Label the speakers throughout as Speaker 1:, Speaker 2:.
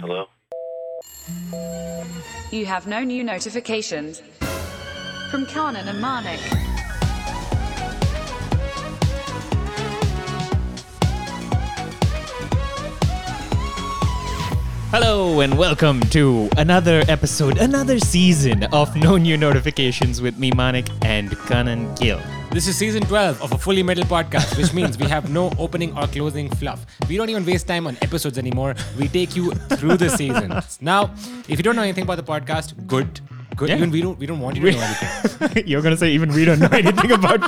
Speaker 1: Hello?
Speaker 2: You have no new notifications from Kanan and Marnik.
Speaker 3: Hello and welcome to another episode, another season of No New Notifications with me, Manik, and Kanan Gill.
Speaker 4: This is season 12 of a fully metal podcast, which means we have no opening or closing fluff. We don't even waste time on episodes anymore. We take you through the seasons. Now, if you don't know anything about the podcast, good. Good.
Speaker 3: Yeah.
Speaker 4: Even we don't we don't want you to know anything.
Speaker 3: You're gonna say even we don't know anything about.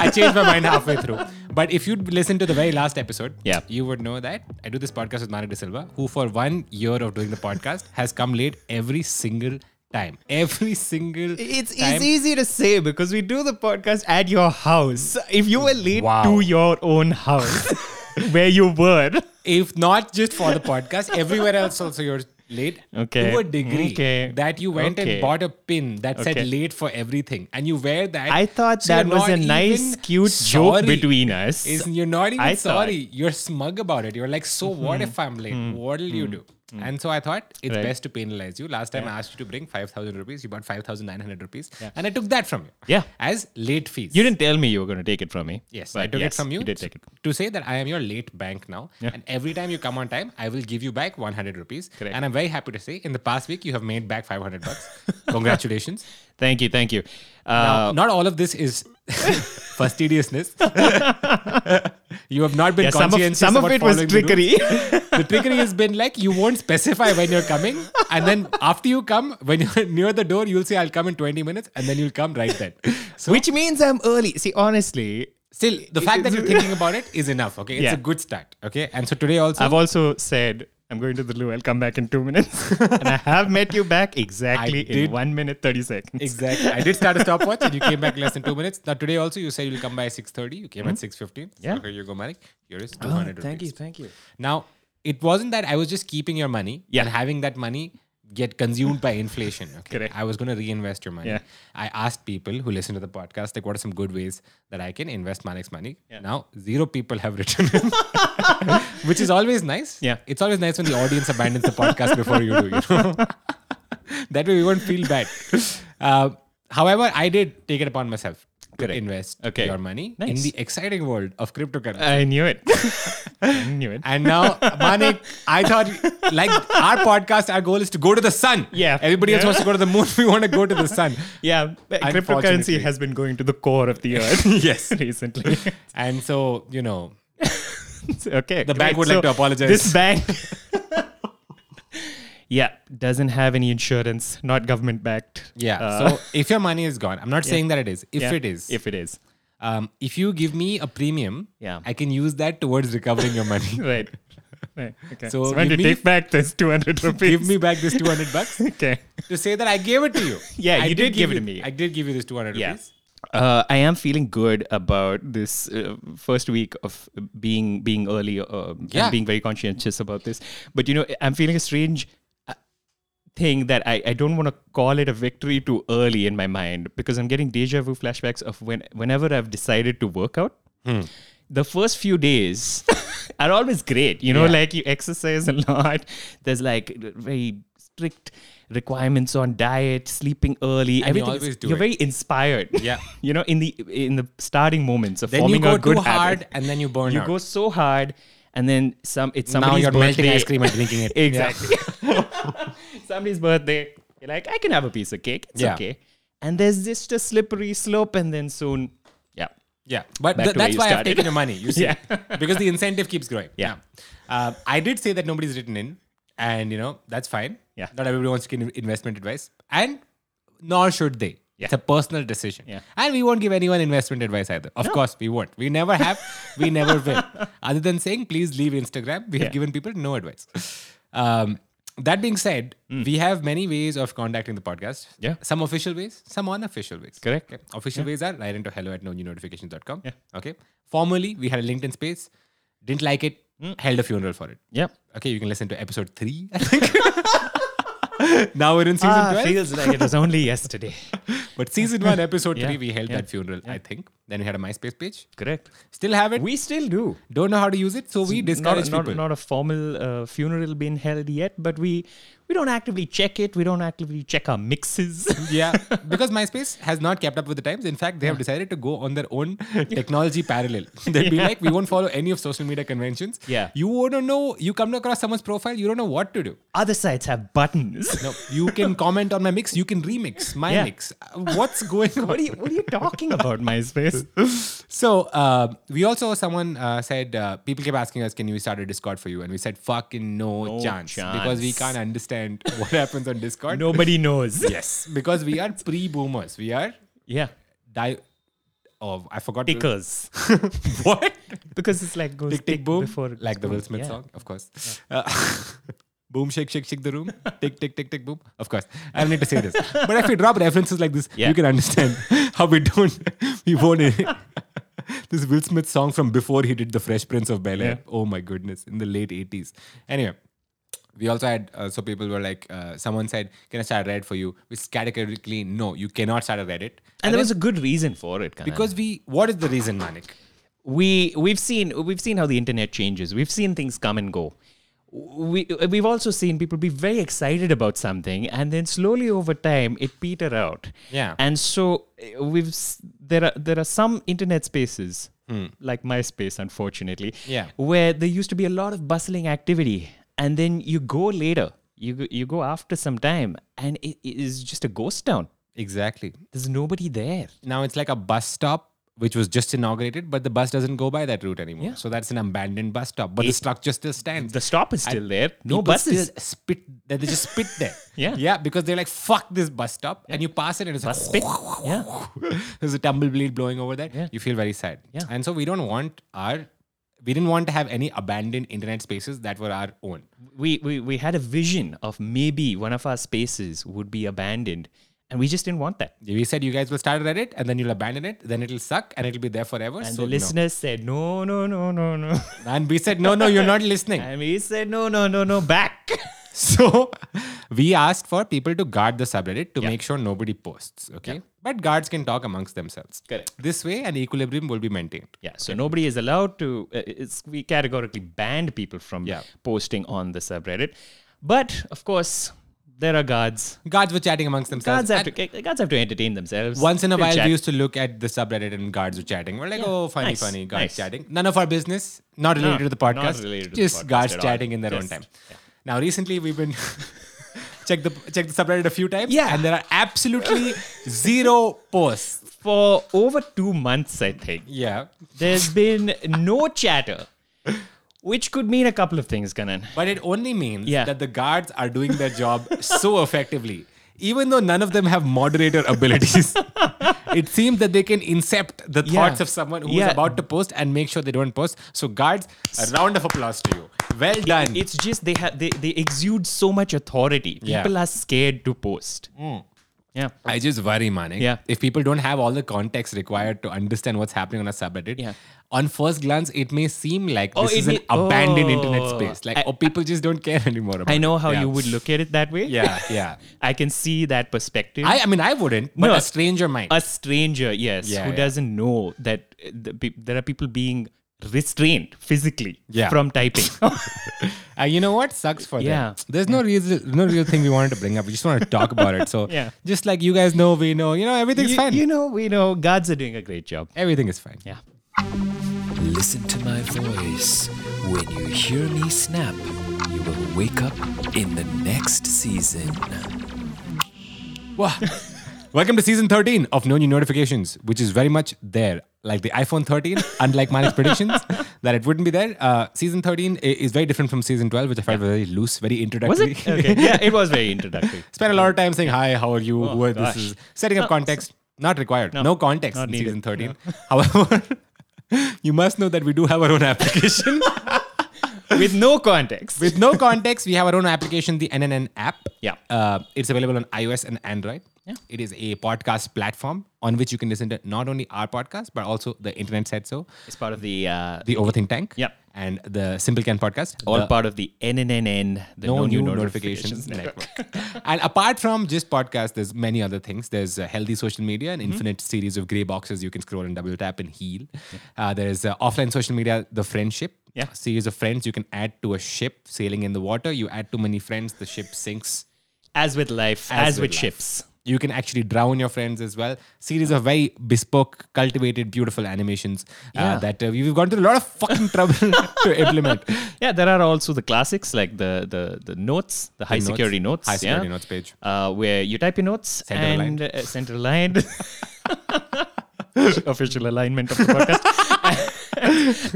Speaker 4: I changed my mind halfway through. But if you'd listened to the very last episode,
Speaker 3: Yeah.
Speaker 4: you would know that I do this podcast with Manik De Silva, who for one year of doing the podcast has come late every single time. Every single
Speaker 3: It's,
Speaker 4: time.
Speaker 3: it's easy to say because we do the podcast at your house. If you were late
Speaker 4: Wow.
Speaker 3: to your own house, where you were,
Speaker 4: if not just for the podcast, everywhere else also you're late
Speaker 3: Okay.
Speaker 4: to a degree
Speaker 3: Okay.
Speaker 4: that you went
Speaker 3: Okay.
Speaker 4: and bought a pin that
Speaker 3: Okay.
Speaker 4: said late for everything, and you wear that.
Speaker 3: I thought
Speaker 4: so
Speaker 3: that
Speaker 4: you're
Speaker 3: was a
Speaker 4: not
Speaker 3: nice,
Speaker 4: even
Speaker 3: cute joke
Speaker 4: sorry.
Speaker 3: between us.
Speaker 4: Is- you're not even
Speaker 3: I thought- Hmm.
Speaker 4: sorry. You're smug about it. You're like, so what if I'm late? What'll you do? And so I thought it's
Speaker 3: Right.
Speaker 4: best to penalize you. Last time I asked you to bring five thousand rupees, you bought five thousand nine hundred rupees, and I took that from you.
Speaker 3: Yeah.
Speaker 4: as late fees.
Speaker 3: You didn't tell me you were gonna take it from me.
Speaker 4: Yes,
Speaker 3: but
Speaker 4: I took
Speaker 3: yes,
Speaker 4: it from you,
Speaker 3: You did take it.
Speaker 4: to say that I am your late bank now,
Speaker 3: Yeah.
Speaker 4: and every time you come on time, I will give you back 100 rupees.
Speaker 3: Correct.
Speaker 4: And I'm very happy to say, in the past week, you have made back 500 bucks. Congratulations!
Speaker 3: Thank you, thank you.
Speaker 4: Now,
Speaker 3: Uh,
Speaker 4: not all of this is fastidiousness. you have not been
Speaker 3: yeah, some of,
Speaker 4: conscientious.
Speaker 3: some of
Speaker 4: about
Speaker 3: it was
Speaker 4: following the rules.
Speaker 3: trickery.
Speaker 4: The trickery has been like you won't specify when you're coming, and then after you come, when you're near the door, you'll say, "I'll come in 20 minutes," and then you'll come right then. So
Speaker 3: Which means I'm early. See, honestly,
Speaker 4: Still, the fact that you're thinking about it is enough. Okay, it's
Speaker 3: Yeah.
Speaker 4: a good start. Okay, and so today also,
Speaker 3: I've also said I'm going to the loo. I'll come back in two minutes, and I have met you back exactly in
Speaker 4: did-
Speaker 3: one minute thirty seconds.
Speaker 4: exactly. I did start a stopwatch, and you came back less than two minutes. Now today also, you said you'll come by six thirty. You came at six fifteen.
Speaker 3: Hmm? Yeah. Oh,
Speaker 4: Okay, you go, Malik. Here is two hundred.
Speaker 3: thank you.
Speaker 4: Now it wasn't that I was just keeping your money
Speaker 3: Yeah.
Speaker 4: and having that money get consumed by inflation. Okay,
Speaker 3: Correct.
Speaker 4: I was going to reinvest your money.
Speaker 3: Yeah.
Speaker 4: I asked people who listen to the podcast like, what are some good ways that I can invest Malik's money? Now zero people have written, in. which is always nice.
Speaker 3: Yeah.
Speaker 4: it's always nice when the audience abandons the podcast before you do. You know? that way we won't feel bad. Uh, however, I did take it upon myself to
Speaker 3: Correct.
Speaker 4: invest
Speaker 3: Okay.
Speaker 4: your money in
Speaker 3: Nice.
Speaker 4: the exciting world of cryptocurrency.
Speaker 3: I knew it. I knew it.
Speaker 4: And now, Manik, I thought, like our podcast, our goal is to go to the sun.
Speaker 3: Yeah.
Speaker 4: Everybody else
Speaker 3: Yeah.
Speaker 4: wants to go to the moon. We want to go to the sun.
Speaker 3: yeah, but
Speaker 4: Unfortunately.
Speaker 3: cryptocurrency has been going to the core of the earth.
Speaker 4: Yes.
Speaker 3: recently.
Speaker 4: And so, you know,
Speaker 3: okay, the
Speaker 4: bank would like to apologize.
Speaker 3: This bank. Yeah, doesn't have any insurance, not government backed.
Speaker 4: yeah.
Speaker 3: Uh,
Speaker 4: so if your money is gone, I'm not saying that it is. If
Speaker 3: yeah,
Speaker 4: it is, if,
Speaker 3: If it is.
Speaker 4: um, if you give me a premium,
Speaker 3: Yeah.
Speaker 4: I can use that towards recovering your money.
Speaker 3: Right. right. Okay.
Speaker 4: So
Speaker 3: So, when you
Speaker 4: give me-
Speaker 3: take back this 200 rupees.
Speaker 4: give me back this 200 bucks
Speaker 3: Okay.
Speaker 4: to say that I gave it to you.
Speaker 3: Yeah,
Speaker 4: I
Speaker 3: you did give it
Speaker 4: you-
Speaker 3: to me.
Speaker 4: I did give you this 200
Speaker 3: Yeah.
Speaker 4: rupees.
Speaker 3: Uh, I am feeling good about this uh, first week of being being early uh,
Speaker 4: Yeah.
Speaker 3: and being very conscientious about this. But you know, I'm feeling a strange uh, thing that I, I don't want to call it a victory too early in my mind because I'm getting deja vu flashbacks of when whenever I've decided to work out.
Speaker 4: Hmm.
Speaker 3: The first few days are always great, you know,
Speaker 4: Yeah.
Speaker 3: like you exercise a lot. There's like very strict requirements on diet, sleeping early,
Speaker 4: you
Speaker 3: everything.
Speaker 4: always
Speaker 3: is-
Speaker 4: do
Speaker 3: you're
Speaker 4: it.
Speaker 3: very inspired.
Speaker 4: Yeah.
Speaker 3: you know, in the in the starting moments of
Speaker 4: Then you
Speaker 3: forming
Speaker 4: go
Speaker 3: a good
Speaker 4: too hard
Speaker 3: habit,
Speaker 4: and then you burn
Speaker 3: you
Speaker 4: out.
Speaker 3: go so hard, and then some. It's
Speaker 4: now
Speaker 3: somebody's
Speaker 4: you're
Speaker 3: birthday.
Speaker 4: melting ice cream and drinking it.
Speaker 3: exactly. somebody's birthday. You're like, I can have a piece of cake. It's
Speaker 4: Yeah.
Speaker 3: okay. And there's just a slippery slope, and then soon, yeah,
Speaker 4: Yeah, but
Speaker 3: Back
Speaker 4: th-
Speaker 3: to where
Speaker 4: that's
Speaker 3: you
Speaker 4: why I've
Speaker 3: started.
Speaker 4: taken your money. You see,
Speaker 3: Yeah.
Speaker 4: because the incentive keeps growing.
Speaker 3: Yeah.
Speaker 4: Uh, I did say that nobody's written in, and you know that's fine.
Speaker 3: Yeah.
Speaker 4: Not everybody wants to get investment advice, and nor should they. It's a personal decision.
Speaker 3: Yeah.
Speaker 4: And we won't give anyone investment advice either. Of course, we won't. We never have. we never will. Other than saying, please leave Instagram. We have
Speaker 3: Yeah.
Speaker 4: given people no advice. Um, that being said, we have many ways of contacting the podcast.
Speaker 3: Hmm. Yeah.
Speaker 4: Some official ways, some unofficial ways.
Speaker 3: Correct.
Speaker 4: Okay. Official ways are write into hello at nonewnotifications.com.
Speaker 3: Yeah.
Speaker 4: Okay. Formerly, we had a LinkedIn space. Didn't like it. Held a funeral for it.
Speaker 3: Mm. yeah.
Speaker 4: Okay, you can listen to episode three, I think. now we're in season
Speaker 3: Ah,
Speaker 4: 12.
Speaker 3: feels like it was only yesterday.
Speaker 4: But season one, episode
Speaker 3: Yeah.
Speaker 4: three, we held
Speaker 3: Yeah.
Speaker 4: that funeral, I think. Then we had a MySpace page.
Speaker 3: Correct.
Speaker 4: Still have it.
Speaker 3: We still do.
Speaker 4: don't know how to use it, so we discourage
Speaker 3: not, a-
Speaker 4: people.
Speaker 3: Not, not a formal uh, funeral being held yet, but we we don't actively check it. We don't actively check our mixes.
Speaker 4: yeah, because MySpace has not kept up with the times. In fact, they have decided to go on their own technology parallel. They'd be like, we won't follow any of social media conventions.
Speaker 3: Yeah.
Speaker 4: You don't know, you come across someone's profile, you don't know what to do.
Speaker 3: Other sites have buttons.
Speaker 4: No, you can comment on my mix, you can remix my
Speaker 3: Yeah.
Speaker 4: mix. Uh, What's going on?
Speaker 3: What are you What are you talking about, MySpace?
Speaker 4: So uh, we also someone uh, said uh, people kept asking us, "Can we start a Discord for you?" And we said, "Fucking no,
Speaker 3: No
Speaker 4: chance,
Speaker 3: chance.
Speaker 4: because we can't understand what happens on Discord."
Speaker 3: Nobody knows.
Speaker 4: Yes, because we are pre-boomers. We are
Speaker 3: Yeah.
Speaker 4: di- Oh, I forgot. to-
Speaker 3: Tickers.
Speaker 4: What?
Speaker 3: Because it's like goes
Speaker 4: Tick tick boom.
Speaker 3: before it
Speaker 4: like
Speaker 3: goes
Speaker 4: the Will
Speaker 3: boom.
Speaker 4: Smith
Speaker 3: Yeah.
Speaker 4: song, of course. Uh, boom, shake, shake, shake the room. tick tick tick tick boom. Of course, I don't need to say this. But if we drop references like this,
Speaker 3: Yeah.
Speaker 4: you can understand how we don't. We won't. this Will Smith song from before he did the Fresh Prince of Bel Air.
Speaker 3: Yeah.
Speaker 4: Oh my goodness, in the late eighties. Anyway. We also had, uh, so people were like, uh, someone said, Can I start a Reddit for you? Which categorically, no, you cannot start a Reddit.
Speaker 3: And there was a good reason for it, Kanan.
Speaker 4: Because we, what is the reason, Manik?
Speaker 3: we we've seen we've seen how the internet changes. We've seen things come and go. We we've also seen people be very excited about something and then slowly over time it peter out.
Speaker 4: Yeah.
Speaker 3: And so eh, we've s- there are there are some internet spaces like MySpace, unfortunately.
Speaker 4: Hmm. Yeah.
Speaker 3: Where there used to be a lot of bustling activity, and then you go later. You go, you go after some time, and it, it is just a ghost town.
Speaker 4: Exactly.
Speaker 3: There's nobody there.
Speaker 4: now it's like a bus stop which was just inaugurated but the bus doesn't go by that route anymore
Speaker 3: Yeah.
Speaker 4: so that's an abandoned bus stop but the structure still stands
Speaker 3: The stop is still there. No
Speaker 4: People
Speaker 3: buses.
Speaker 4: still spit they they just spit there
Speaker 3: Yeah.
Speaker 4: yeah because they're like fuck this bus stop and you pass it and it's
Speaker 3: Bus spit.
Speaker 4: like
Speaker 3: Yeah.
Speaker 4: there's a tumbleweed blowing over there
Speaker 3: Yeah.
Speaker 4: you feel very sad
Speaker 3: Yeah.
Speaker 4: and so we don't want our we didn't want to have any abandoned internet spaces that were our own
Speaker 3: we, we we had a vision of maybe one of our spaces would be abandoned and we just didn't want that
Speaker 4: we said you guys will start reddit and then you'll abandon it then it'll suck and it'll be there forever
Speaker 3: and the
Speaker 4: so no.
Speaker 3: listeners said no no no no no
Speaker 4: and we said no no you're not listening
Speaker 3: and we said no no no no back
Speaker 4: So we asked for people to guard the subreddit to
Speaker 3: Yeah.
Speaker 4: make sure nobody posts. Okay. But guards can talk amongst themselves.
Speaker 3: Correct.
Speaker 4: This way an equilibrium will be maintained.
Speaker 3: yeah so nobody is allowed to uh, it's, we categorically banned people from
Speaker 4: Yeah.
Speaker 3: posting on the subreddit but of course there are guards
Speaker 4: Guards were chatting amongst themselves.
Speaker 3: guards have
Speaker 4: And
Speaker 3: to eh, guards have to entertain themselves
Speaker 4: once in a
Speaker 3: They'll
Speaker 4: while
Speaker 3: chat.
Speaker 4: we used to look at the subreddit and guards were chatting. We're like,
Speaker 3: Yeah.
Speaker 4: oh funny,
Speaker 3: Nice.
Speaker 4: funny, guards
Speaker 3: Nice.
Speaker 4: chatting. None of our business, not related to the
Speaker 3: not
Speaker 4: podcast.
Speaker 3: related to the
Speaker 4: just
Speaker 3: podcast
Speaker 4: guards
Speaker 3: at all.
Speaker 4: chatting in their own
Speaker 3: Just-
Speaker 4: time. Now recently we've been check the check the subreddit a few times.
Speaker 3: Yeah.
Speaker 4: And there are absolutely zero posts.
Speaker 3: for over two months i think
Speaker 4: Yeah.
Speaker 3: There's been no chatter, which could mean a couple of things, Kanan.
Speaker 4: But it only means
Speaker 3: Yeah.
Speaker 4: that the guards are doing their job so effectively. Even though none of them have moderator abilities, it seems that they can incept the
Speaker 3: Yeah.
Speaker 4: thoughts of someone who's
Speaker 3: Yeah.
Speaker 4: about to post and make sure they don't post. So, guards, a round of applause to you. Well done.
Speaker 3: It's just they have they, they exude so much authority.
Speaker 4: Yeah. Mm.
Speaker 3: People are scared to post. Yeah.
Speaker 4: I just worry, Manik.
Speaker 3: Yeah.
Speaker 4: If people don't have all the context required to understand what's happening on a subreddit,
Speaker 3: Yeah. Oh,
Speaker 4: on first glance, it may seem like this
Speaker 3: it
Speaker 4: is an
Speaker 3: may-
Speaker 4: abandoned internet
Speaker 3: Oh.
Speaker 4: space. Like,
Speaker 3: I-
Speaker 4: oh, people just don't care anymore about
Speaker 3: I know how
Speaker 4: it. Yeah.
Speaker 3: you would look at it that way.
Speaker 4: Yeah, yeah.
Speaker 3: I can see that perspective.
Speaker 4: I, I mean, I wouldn't, but
Speaker 3: No.
Speaker 4: a stranger might.
Speaker 3: A stranger, yes,
Speaker 4: Yeah,
Speaker 3: who
Speaker 4: yeah.
Speaker 3: doesn't know that uh, the, pe- there are people being restrained physically
Speaker 4: Yeah.
Speaker 3: from typing.
Speaker 4: And Uh, you know what sucks for
Speaker 3: Yeah.
Speaker 4: them? There's no real, no real thing we wanted to bring up. We just wanted to talk about it. So
Speaker 3: Yeah.
Speaker 4: just like you guys know, we know, you know, everything's
Speaker 3: you,
Speaker 4: fine.
Speaker 3: you know, we know guards are doing a great job.
Speaker 4: Everything is fine.
Speaker 3: Yeah.
Speaker 1: Listen to my voice. When you hear me snap, you will wake up in the next season.
Speaker 4: Wow. Welcome to season 13 of No New Notifications, which is very much there. Like the iPhone 13, unlike Manik's predictions that it wouldn't be there. Uh, season 13 i- is very different from season 12, which I felt was very loose, very
Speaker 3: Was
Speaker 4: introductory.
Speaker 3: it? Okay. Yeah, it was very introductory.
Speaker 4: Spent a lot of time saying hi, how are you, who are
Speaker 3: Oh, gosh.
Speaker 4: this is setting up context. Not required. No, context
Speaker 3: not
Speaker 4: in
Speaker 3: needed.
Speaker 4: season 13. However, you must know that we do have our own application.
Speaker 3: with no context.
Speaker 4: With no context, we have our own application, the NNN app.
Speaker 3: Yeah.
Speaker 4: Uh, it's available on iOS and Android. Yeah. It is a podcast platform on which you can listen to not only our podcast, but also the internet said so,
Speaker 3: it's part of the uh,
Speaker 4: the Overthink Tank.
Speaker 3: Yep.
Speaker 4: And the Simple Can podcast.
Speaker 3: all
Speaker 4: the
Speaker 3: part of the NNNN, the
Speaker 4: no, new, notifications, network. and apart from just podcasts, there's many other things. There's uh, healthy social media, an
Speaker 3: Mm-hmm.
Speaker 4: infinite series of gray boxes you can scroll and double tap and heal. Uh, there's uh, offline social media, the friendship.
Speaker 3: Yeah.
Speaker 4: Series of friends you can add to a ship sailing in the water. You add too many friends, the ship sinks.
Speaker 3: As with life, as, with,
Speaker 4: life.
Speaker 3: ships.
Speaker 4: You can actually drown your friends as well. Series of very bespoke, cultivated, beautiful animations uh,
Speaker 3: Yeah.
Speaker 4: that uh, we've gone through a lot of fucking trouble to implement.
Speaker 3: Yeah, there are also the classics like the the the notes, the high
Speaker 4: notes.
Speaker 3: security notes,
Speaker 4: High
Speaker 3: yeah,
Speaker 4: security notes page.
Speaker 3: uh, where you type your notes
Speaker 4: Center aligned.
Speaker 3: and uh, center aligned. Official alignment of the podcast.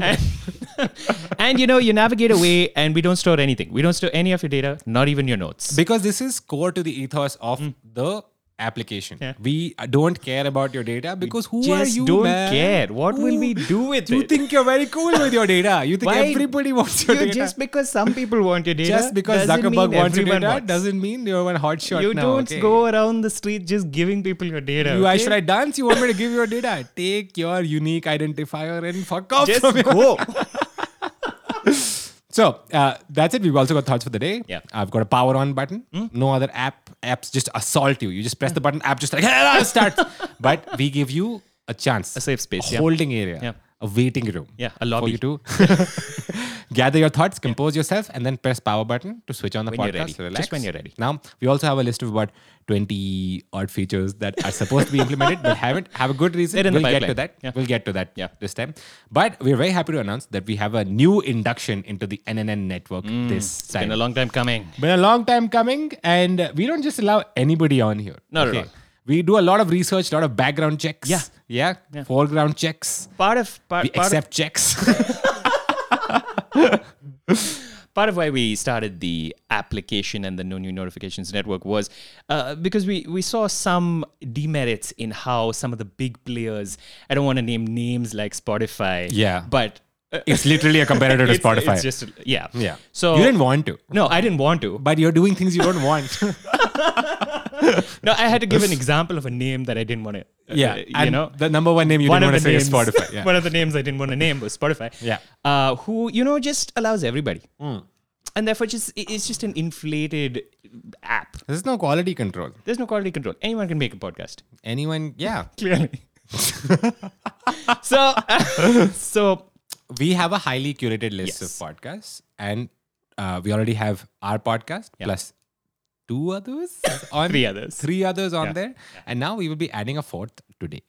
Speaker 3: and, and, you know, you navigate away, and we don't store anything. We don't store any of your data, not even your notes.
Speaker 4: because this is core to the ethos of the application.
Speaker 3: Hmm. Yeah.
Speaker 4: We don't care about your data because who are
Speaker 3: Just
Speaker 4: you?
Speaker 3: don't
Speaker 4: man?
Speaker 3: care. What will we do with
Speaker 4: You
Speaker 3: it?
Speaker 4: think you're very cool with your data. You think
Speaker 3: Why-
Speaker 4: everybody wants your
Speaker 3: You
Speaker 4: data.
Speaker 3: just because some people want your data,
Speaker 4: Just because
Speaker 3: doesn't mean
Speaker 4: Zuckerberg wants your
Speaker 3: everyone
Speaker 4: data
Speaker 3: wants.
Speaker 4: doesn't mean you're one hot shot.
Speaker 3: You
Speaker 4: now,
Speaker 3: don't
Speaker 4: okay?
Speaker 3: go around the street just giving people your data.
Speaker 4: You, I-
Speaker 3: okay?
Speaker 4: should I dance? You want me to give you your data? Take your unique identifier and fuck off. from
Speaker 3: just
Speaker 4: here.
Speaker 3: go.
Speaker 4: So uh, that's it. We've also got thoughts for the day.
Speaker 3: Yeah. Hmm?
Speaker 4: I've got a power on button. No other app. Apps just assault you. You just press the button. App just like "Ah, start. but we give you a chance,
Speaker 3: A safe space,
Speaker 4: a
Speaker 3: yeah.
Speaker 4: holding area,
Speaker 3: Yeah.
Speaker 4: a waiting room.
Speaker 3: Yeah, a lobby.
Speaker 4: for you to gather your thoughts, compose yourself, and then press power button to switch on the
Speaker 3: When you're
Speaker 4: podcast.
Speaker 3: ready.
Speaker 4: Relax.
Speaker 3: Just when you're ready.
Speaker 4: Now we also have a list of about twenty odd features that are supposed to be implemented but haven't. Have a good reason.
Speaker 3: They're in the
Speaker 4: we'll get to
Speaker 3: pipeline.
Speaker 4: that.
Speaker 3: Yeah.
Speaker 4: We'll get to that
Speaker 3: Yeah.
Speaker 4: this time. But we're very happy to announce that we have a new induction into the NNN network this time.
Speaker 3: Mm, Been a long time coming.
Speaker 4: Been a long time coming, and uh, we don't just allow anybody on here.
Speaker 3: Not at all.
Speaker 4: We do a lot of research, a lot of background checks.
Speaker 3: Yeah.
Speaker 4: Yeah. Foreground checks.
Speaker 3: Part of part,
Speaker 4: We
Speaker 3: part,
Speaker 4: accept checks.
Speaker 3: of, part of why we started the application and the no new notifications network was uh, because we we saw some demerits in how some of the big players. I don't want to name names like Spotify.
Speaker 4: Yeah.
Speaker 3: but uh,
Speaker 4: it's literally a competitor to
Speaker 3: it's,
Speaker 4: Spotify.
Speaker 3: It's just yeah
Speaker 4: yeah.
Speaker 3: So
Speaker 4: you didn't want to,
Speaker 3: No, I didn't want to.
Speaker 4: but you're doing things you don't want.
Speaker 3: Uh, No, I had to give an example of a name that I didn't want to.
Speaker 4: yeah.
Speaker 3: you
Speaker 4: and
Speaker 3: know.
Speaker 4: the number one name you
Speaker 3: one
Speaker 4: didn't
Speaker 3: of
Speaker 4: want
Speaker 3: the
Speaker 4: to say
Speaker 3: names,
Speaker 4: is Spotify. Yeah.
Speaker 3: one of the names I didn't want to name was Spotify.
Speaker 4: Yeah. Hmm.
Speaker 3: uh, who you know just allows everybody, and therefore just it- it's just an inflated app.
Speaker 4: There's no quality control.
Speaker 3: There's no quality control. Anyone can make a podcast.
Speaker 4: Anyone? Yeah.
Speaker 3: Clearly. so, uh, so
Speaker 4: we have a highly curated list
Speaker 3: Yes.
Speaker 4: of podcasts and uh, we already have our podcast plus two others on
Speaker 3: Three others.
Speaker 4: three others on
Speaker 3: Yeah.
Speaker 4: there and now we will be adding a fourth today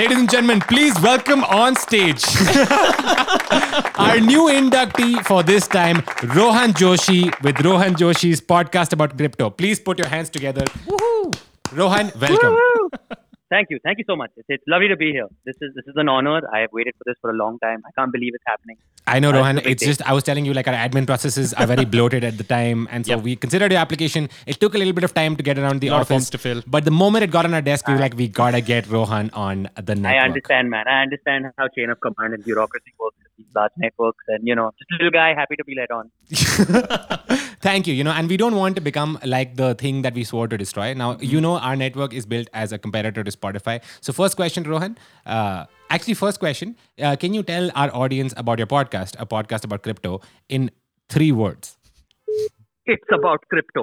Speaker 4: ladies and gentlemen please welcome on stage our new inductee for this time rohan joshi with rohan joshi's podcast about crypto please put your hands together rohan welcome
Speaker 5: Thank you. Thank you so much. It's, it's lovely to be here. This is this is an honor. I have waited for this for a long time. I can't believe it's happening.
Speaker 4: I know, Rohan.
Speaker 5: big
Speaker 4: It's
Speaker 5: day.
Speaker 4: just I was telling you like our admin processes are very bloated at the time, and so
Speaker 3: Yep.
Speaker 4: we considered your application. It took a little bit of time to get around the
Speaker 3: Lot of
Speaker 4: office
Speaker 3: forms to fill. Ah.
Speaker 4: but the moment it got on our desk, we were like, we gotta get Rohan on the network.
Speaker 5: I understand, man. I understand how chain of command and bureaucracy works with these large networks. And you know, just a little guy happy to be let on.
Speaker 4: Thank you. You know, and we don't want to become like the thing that we swore to destroy. Now,
Speaker 3: Mm-hmm.
Speaker 4: you know, our network is built as a competitor to Spotify. So, first question, Rohan. Uh, actually, first question. Uh, can you tell our audience about your podcast, a podcast about crypto, in three words?
Speaker 5: It's about crypto.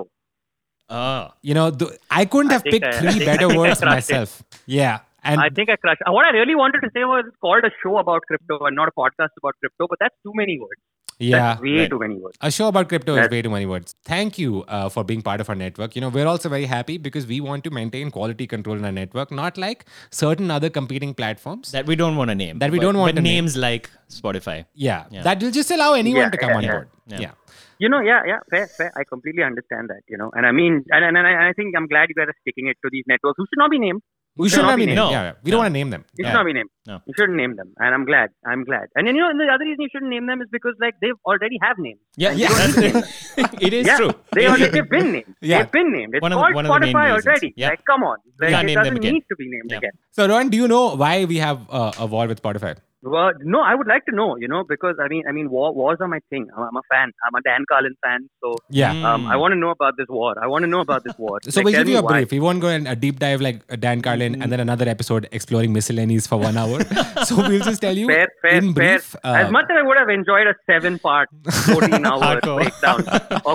Speaker 3: uh,
Speaker 4: You know, th- I couldn't have
Speaker 5: think
Speaker 4: picked
Speaker 5: I- I
Speaker 4: three
Speaker 5: think- I
Speaker 4: better
Speaker 5: think I
Speaker 4: words
Speaker 5: crushed it.
Speaker 4: myself. Yeah. And
Speaker 5: I think I crushed. uh, What I really wanted to say was it's called a show about crypto and not a podcast about crypto. But that's too many words.
Speaker 4: yeah.
Speaker 5: That's way
Speaker 3: right.
Speaker 5: too many words.
Speaker 4: A show about crypto is
Speaker 5: That's-
Speaker 4: way too many words. Thank you uh, for being part of our network. You know, we're also very happy because we want to maintain quality control in our network, not like certain other competing platforms.
Speaker 3: that we don't want to name.
Speaker 4: That we
Speaker 3: but-
Speaker 4: don't want
Speaker 3: but
Speaker 4: to name.
Speaker 3: names like Spotify.
Speaker 4: yeah, that will just allow anyone
Speaker 5: Yeah,
Speaker 4: to come
Speaker 5: yeah,
Speaker 4: on
Speaker 5: yeah,
Speaker 4: board. Yeah.
Speaker 3: yeah.
Speaker 5: You know, yeah, yeah, fair, fair. I completely understand that. You know, and I mean, and and, and I, I think I'm glad you guys are sticking it to these networks who should not be named.
Speaker 4: We should
Speaker 5: Should not
Speaker 4: not
Speaker 5: be
Speaker 4: be named.
Speaker 3: named.
Speaker 4: Yeah, yeah. We
Speaker 3: No.
Speaker 4: don't want to name them.
Speaker 5: You
Speaker 4: Yeah.
Speaker 5: should not be named.
Speaker 3: No.
Speaker 5: You shouldn't name them, and I'm glad. I'm glad. And then, you know, and the other reason you shouldn't name them is because like they've already have names.
Speaker 3: Yeah, yeah. that's- it is
Speaker 5: yeah,
Speaker 3: true.
Speaker 5: They already, they've been named.
Speaker 4: Yeah.
Speaker 5: They've been named. It's
Speaker 3: One of the-
Speaker 5: called
Speaker 3: one of the main
Speaker 5: Spotify
Speaker 3: reasons.
Speaker 5: already.
Speaker 3: Yeah.
Speaker 5: Like, come on. Like,
Speaker 3: can't
Speaker 5: it
Speaker 3: name them
Speaker 5: doesn't
Speaker 3: again.
Speaker 5: need to be named
Speaker 3: Yeah.
Speaker 5: again.
Speaker 4: So, Rohan, do you know why we have uh, a war with Spotify?
Speaker 5: Well, no, I would like to know, you know, because I mean, I mean, war, wars are my thing. I'm, I'm a fan. I'm a Dan Carlin fan, so
Speaker 4: Yeah.
Speaker 3: Hmm.
Speaker 5: um, I want to know about this war. I want to know about this war.
Speaker 4: So
Speaker 5: Like,
Speaker 4: we'll
Speaker 5: tell
Speaker 4: give you
Speaker 5: me
Speaker 4: a
Speaker 5: why.
Speaker 4: brief. We won't go in a deep dive like uh, Dan Carlin and then another episode exploring miscellanies for one hour. so we'll just tell you
Speaker 5: Fair, fair,
Speaker 4: in
Speaker 5: fair.
Speaker 4: brief. uh,
Speaker 5: as much as I would have enjoyed a seven-part, fourteen-hour
Speaker 3: Hardcore.
Speaker 5: breakdown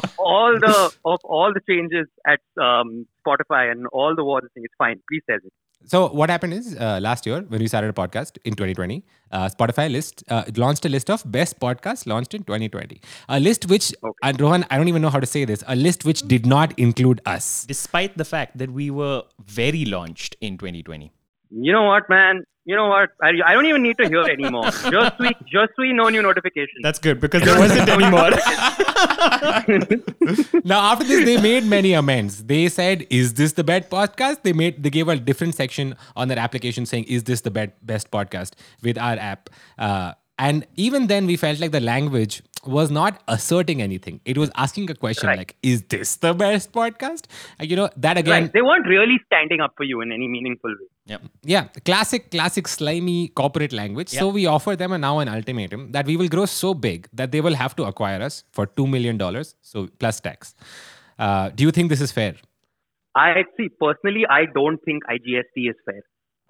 Speaker 5: of all the of all the changes at um, Spotify and all the wars thing, it's fine. Please tell me.
Speaker 4: So what happened is uh, last year when we started a podcast in 2020, uh, Spotify list uh, it launched a list of best podcasts launched in 2020. A list which and Rohan, I don't even know how to say this. A list which did not include us.
Speaker 3: Despite the fact that we were very launched in 2020.
Speaker 5: You know what, man? You know what? I, I don't even need to hear anymore. just we, just we, no new notifications.
Speaker 3: That's good because there wasn't anymore.
Speaker 4: now after this, they made many amends. They said, "Is this the best podcast?" They made they gave a different section on their application saying, "Is this the best best podcast with our app?" Uh, and even then, we felt like the language was not asserting anything. It was asking a question like, "Is this the best podcast?" Uh, you know that again.
Speaker 5: Right. They weren't really standing up for you in any meaningful way.
Speaker 4: Yeah, classic, classic slimy corporate language. So we offer them a now an ultimatum that we will grow so big that they will have to acquire us for two million dollars, so plus tax. Uh, do you think this is fair?
Speaker 5: I see. Personally, I don't think IGST is fair.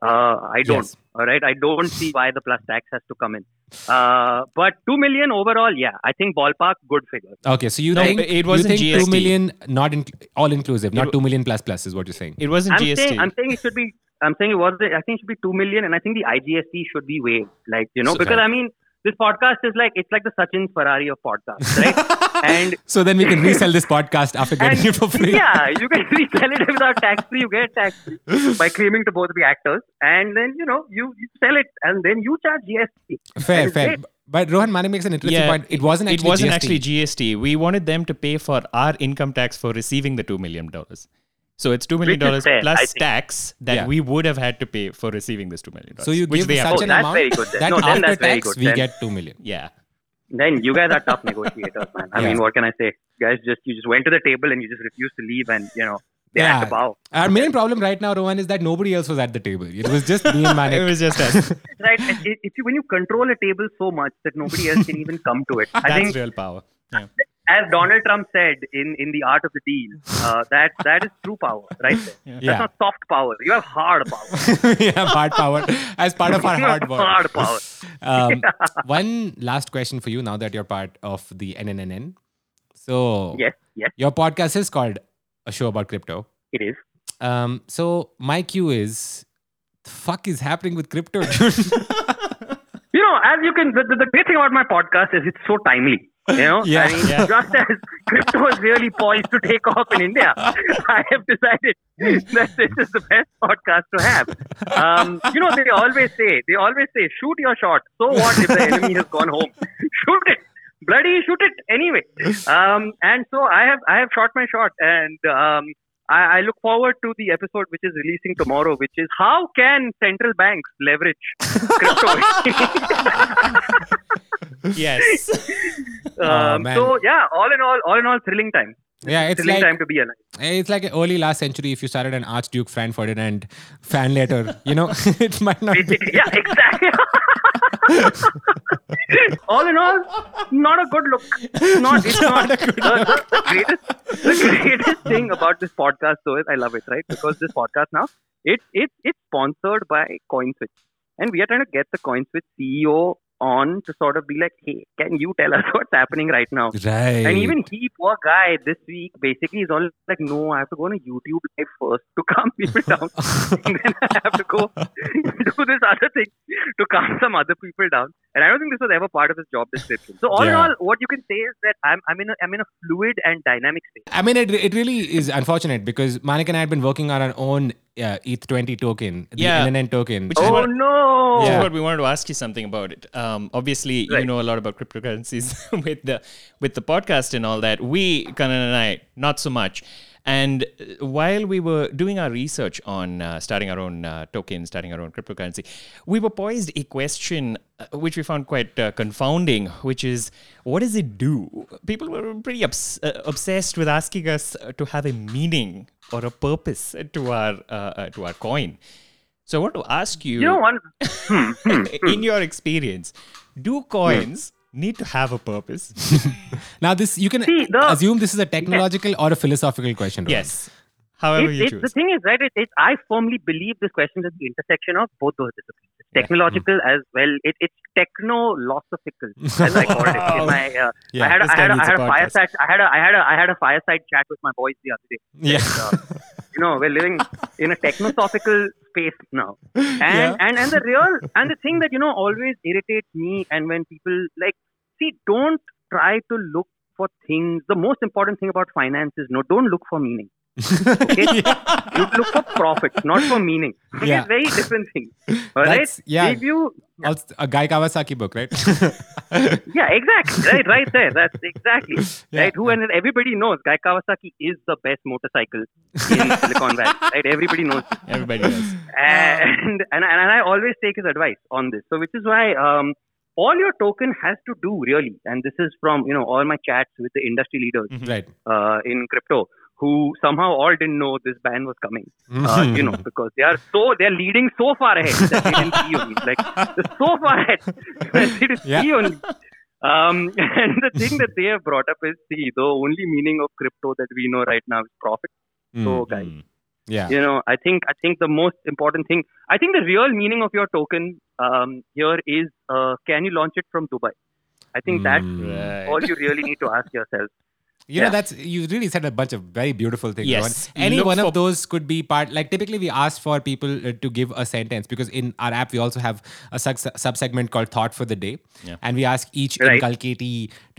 Speaker 5: Uh, I don't.
Speaker 4: Yes.
Speaker 5: All right. I don't see why the plus tax has to come in. Uh, but two million overall, yeah, I think ballpark, good figure.
Speaker 4: Okay, so you
Speaker 3: No,
Speaker 4: think
Speaker 3: it wasn't
Speaker 4: you think
Speaker 3: GST.
Speaker 4: two million not in, all inclusive, not
Speaker 3: It-
Speaker 4: two million plus plus is what you're saying.
Speaker 3: It wasn't
Speaker 5: I'm
Speaker 3: GST.
Speaker 5: saying, I'm saying it should be. I'm saying it was. I think it should be two million, and I think the IGST should be waived. Like you know,
Speaker 4: So-
Speaker 5: because
Speaker 4: Right.
Speaker 5: I mean, this podcast is like it's like the Sachin's Ferrari of podcasts, right? and
Speaker 4: so then we can resell this podcast after getting it for free.
Speaker 5: Yeah, you can resell it without tax free. You get tax free by claiming to both be actors, and then you know you, you sell it, and then you charge GST. That
Speaker 4: Fair,
Speaker 5: is
Speaker 4: fair.
Speaker 5: great.
Speaker 4: But Rohan Mani makes an interesting point. It wasn't actually
Speaker 3: it wasn't
Speaker 4: GST.
Speaker 3: actually GST. We wanted them to pay for our income tax for receiving the two million dollars. So it's two million
Speaker 5: Which
Speaker 3: dollars
Speaker 5: is fair, I
Speaker 3: plus
Speaker 5: think.
Speaker 3: tax that
Speaker 4: Yeah.
Speaker 3: we would have had to pay for receiving this two million dollars.
Speaker 4: So you
Speaker 3: which
Speaker 4: give
Speaker 3: they have
Speaker 4: such
Speaker 5: Oh,
Speaker 4: an
Speaker 5: that's
Speaker 4: amount
Speaker 5: very good then.
Speaker 4: that
Speaker 5: No, then
Speaker 4: after
Speaker 5: that's very
Speaker 4: tax
Speaker 5: good
Speaker 4: we
Speaker 5: then.
Speaker 4: get two million.
Speaker 3: yeah.
Speaker 5: Then you guys are tough negotiators, man. I
Speaker 4: Yeah.
Speaker 5: mean, what can I say? You guys just you just went to the table and you just refused to leave, and you know they had to bow.
Speaker 4: Our main problem right now, Rohan, is that nobody else was at the table. It was just me and
Speaker 3: It
Speaker 4: Manik.
Speaker 3: was just us.
Speaker 5: Right? And If if you when you control a table so much that nobody else can even come to it, I
Speaker 3: That's
Speaker 5: think
Speaker 3: real power. Yeah.
Speaker 5: as Donald Trump said in, in the Art of the Deal, uh, that that is true power, right? there.
Speaker 4: Yeah.
Speaker 5: That's not soft power. You have hard power.
Speaker 4: we have hard power as part of our
Speaker 5: You have
Speaker 4: hard work.
Speaker 5: hard power.
Speaker 4: Um, One last question for you now that you're part of the NNNN. So,
Speaker 5: Yes, yes,
Speaker 4: your podcast is called A Show About Crypto.
Speaker 5: it is.
Speaker 4: Um, so, my cue is the fuck is happening with crypto? dude?
Speaker 5: You know, as you can, the, the, the great thing about my podcast is it's so timely. You know,
Speaker 4: Yeah.
Speaker 5: I mean, just as crypto is really poised to take off in India, I have decided that this is the best podcast to have. Um, you know, they always say, they always say, shoot your shot. So what if the enemy has gone home? Shoot it. Bloody shoot it anyway. Um, and so I have, I have shot my shot, and um, I, I look forward to the episode which is releasing tomorrow, which is how can central banks leverage crypto?
Speaker 3: yes.
Speaker 5: um,
Speaker 4: Oh, man.
Speaker 5: so yeah, all in all, all in all, thrilling time.
Speaker 4: yeah, it's
Speaker 5: thrilling
Speaker 4: like eh,
Speaker 5: time to be alive.
Speaker 4: it's like early last century if you started an Archduke Franz Ferdinand fan letter. You know, it might not be.
Speaker 5: yeah, exactly. all in all, not a good look. Not, it's not, the, The, greatest, the greatest thing about this podcast, though, is I love it, right? Because this podcast now, it, it, it's sponsored by CoinSwitch. And we are trying to get the CoinSwitch CEO on to sort of be like, hey, can you tell us what's happening right now?
Speaker 4: Right.
Speaker 5: And even he, poor guy, this week basically is all like, no, I have to go on a YouTube live first to calm people down. and then I have to go do this other thing to calm some other people down. And I don't think this was ever part of his job description. So all in
Speaker 4: Yeah.
Speaker 5: all, what you can say is that I'm, I'm in a I'm in a fluid and dynamic state.
Speaker 4: I mean, it, it really is unfortunate because Manik and I had been working on our own uh, ETH20 token, the
Speaker 3: Yeah.
Speaker 4: NNN token.
Speaker 3: Which is
Speaker 5: Oh
Speaker 3: what-
Speaker 5: no!
Speaker 3: This is
Speaker 4: Yeah.
Speaker 3: what we wanted to ask you something about it. Um, obviously, you
Speaker 5: Right.
Speaker 3: know a lot about cryptocurrencies with the with the podcast and all that. We, Kanan and I, not so much. And uh, while we were doing our research on uh, starting our own uh, token, starting our own cryptocurrency, we were poised a question uh, which we found quite uh, confounding, which is what does it do? People were pretty obs- uh, obsessed with asking us uh, to have a meaning or a purpose to our uh, uh, to our coin. So I want to ask you,
Speaker 5: You know, one. Hmm, hmm.
Speaker 3: in your experience, do coins need to have a purpose?
Speaker 4: Now, this you can
Speaker 5: See, the-
Speaker 4: assume this is a technological or a philosophical question. Rohan.
Speaker 3: yes. However
Speaker 5: It-
Speaker 3: you
Speaker 5: it-
Speaker 3: choose.
Speaker 5: the thing is, right? It, it, I firmly believe this question is the intersection of both those disciplines. It's technological as well. It, it's technological, as I called it. In my, uh,
Speaker 4: Yeah,
Speaker 5: I had, a,
Speaker 3: this
Speaker 5: I had,
Speaker 3: guy
Speaker 5: a, I
Speaker 3: needs a
Speaker 5: had a
Speaker 3: podcast.
Speaker 5: fireside. I had a, I had a, I had a fireside chat with my boys the other day.
Speaker 4: Yeah.
Speaker 5: Uh, you know, we're living in a technosophical space now. And, and and the real and the thing that you know always irritates me and when people like see don't try to look for things. The most important thing about finance is no, don't look for meaning. Okay? You look for profits, not for meaning. Which
Speaker 4: Yeah.
Speaker 5: is very different thing. All right?
Speaker 4: That's- yeah.
Speaker 5: If you
Speaker 4: Also, a Guy Kawasaki book, right?
Speaker 5: yeah, exactly. Right, right there. That's exactly
Speaker 4: Yeah.
Speaker 5: right. Who and everybody knows Guy Kawasaki is the best motorcycle in Silicon Valley. Right, everybody knows.
Speaker 3: Everybody does.
Speaker 5: and, and and I always take his advice on this. So which is why um, all your token has to do really, and this is from you know all my chats with the industry leaders
Speaker 4: right.
Speaker 5: uh, in crypto who somehow all didn't know this ban was coming. Uh, you know because they are so they are leading so far ahead that they didn't see on me. Like they're so far ahead that they didn't see on me. Um, and the thing that they have brought up is see the only meaning of crypto that we know right now is profit. So guys
Speaker 4: Hmm. Yeah.
Speaker 5: you know i think i think the most important thing i think the real meaning of your token um, here is uh, can you launch it from dubai i think that's
Speaker 4: Hmm.
Speaker 3: Right.
Speaker 5: all you really need to ask yourself
Speaker 4: You know,
Speaker 5: Yeah.
Speaker 4: that's you really said a bunch of very beautiful things.
Speaker 3: Yes.
Speaker 4: Rohan. Any
Speaker 3: Look
Speaker 4: one
Speaker 3: for-
Speaker 4: of those could be part. Like typically, we ask for people uh, to give a sentence because in our app we also have a sub subsegment called "Thought for the Day," and we ask each
Speaker 5: Right.
Speaker 4: inculcatee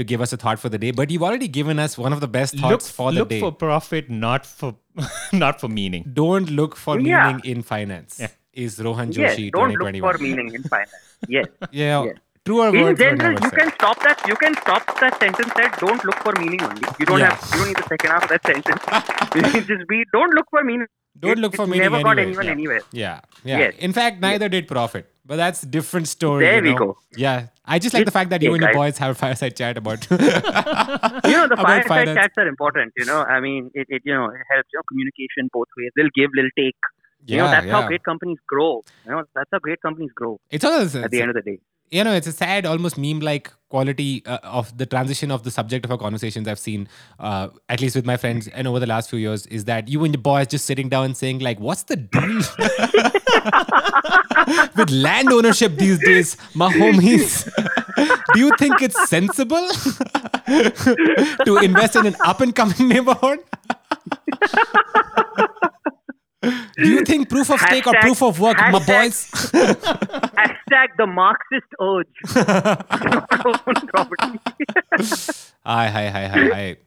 Speaker 4: to give us a thought for the day. But you've already given us one of the best
Speaker 3: Look
Speaker 4: thoughts for the
Speaker 3: look
Speaker 4: day.
Speaker 3: for profit, not for not for meaning.
Speaker 4: Don't look for
Speaker 5: Yeah.
Speaker 4: meaning in finance. Is Rohan
Speaker 5: yes
Speaker 4: Joshi
Speaker 5: don't look
Speaker 4: 2021?
Speaker 5: for meaning in finance yes
Speaker 4: Yeah.
Speaker 5: Yes.
Speaker 4: Truer
Speaker 5: in
Speaker 4: words were
Speaker 5: general
Speaker 4: never
Speaker 5: you
Speaker 4: said.
Speaker 5: can stop that you can stop that sentence that don't look for meaning only you don't
Speaker 4: Yeah.
Speaker 5: have you don't need the second half of that sentence you can just be don't look for meaning
Speaker 4: Don't
Speaker 5: It-
Speaker 4: look for
Speaker 5: it's
Speaker 4: meaning
Speaker 5: never got
Speaker 4: anywhere.
Speaker 5: anyone
Speaker 4: Yeah.
Speaker 5: anywhere
Speaker 4: Yeah, yeah.
Speaker 5: Yes.
Speaker 4: In fact, neither did profit, but that's a different story.
Speaker 5: There
Speaker 4: you
Speaker 5: we
Speaker 4: know?
Speaker 5: go.
Speaker 4: Yeah, I just like the
Speaker 5: It's-
Speaker 4: fact that you
Speaker 5: yeah,
Speaker 4: and your
Speaker 5: guys.
Speaker 4: boys have a fireside chat about.
Speaker 5: you know the
Speaker 4: about
Speaker 5: fireside
Speaker 4: finance.
Speaker 5: chats are important you know i mean it, it you know it helps your communication both ways they'll give they'll take you know
Speaker 4: Yeah,
Speaker 5: that's
Speaker 4: yeah.
Speaker 5: how great companies grow you know that's how great companies grow
Speaker 4: It's also
Speaker 5: at the end of the day
Speaker 4: you know it's a sad, almost meme-like quality uh, of the transition of the subject of our conversations. I've seen, uh, at least with my friends, and over the last few years, is that you and your boys just sitting down and saying like, "What's the deal with land ownership these days, my homies?" Do you think it's sensible to invest in an up and coming neighborhood? Do you think proof of stake or
Speaker 5: Hashtag-
Speaker 4: proof of work, my
Speaker 5: hashtag-
Speaker 4: boys?
Speaker 5: hashtag the marxist urge property
Speaker 4: Hi, hi, hi, hi, hi.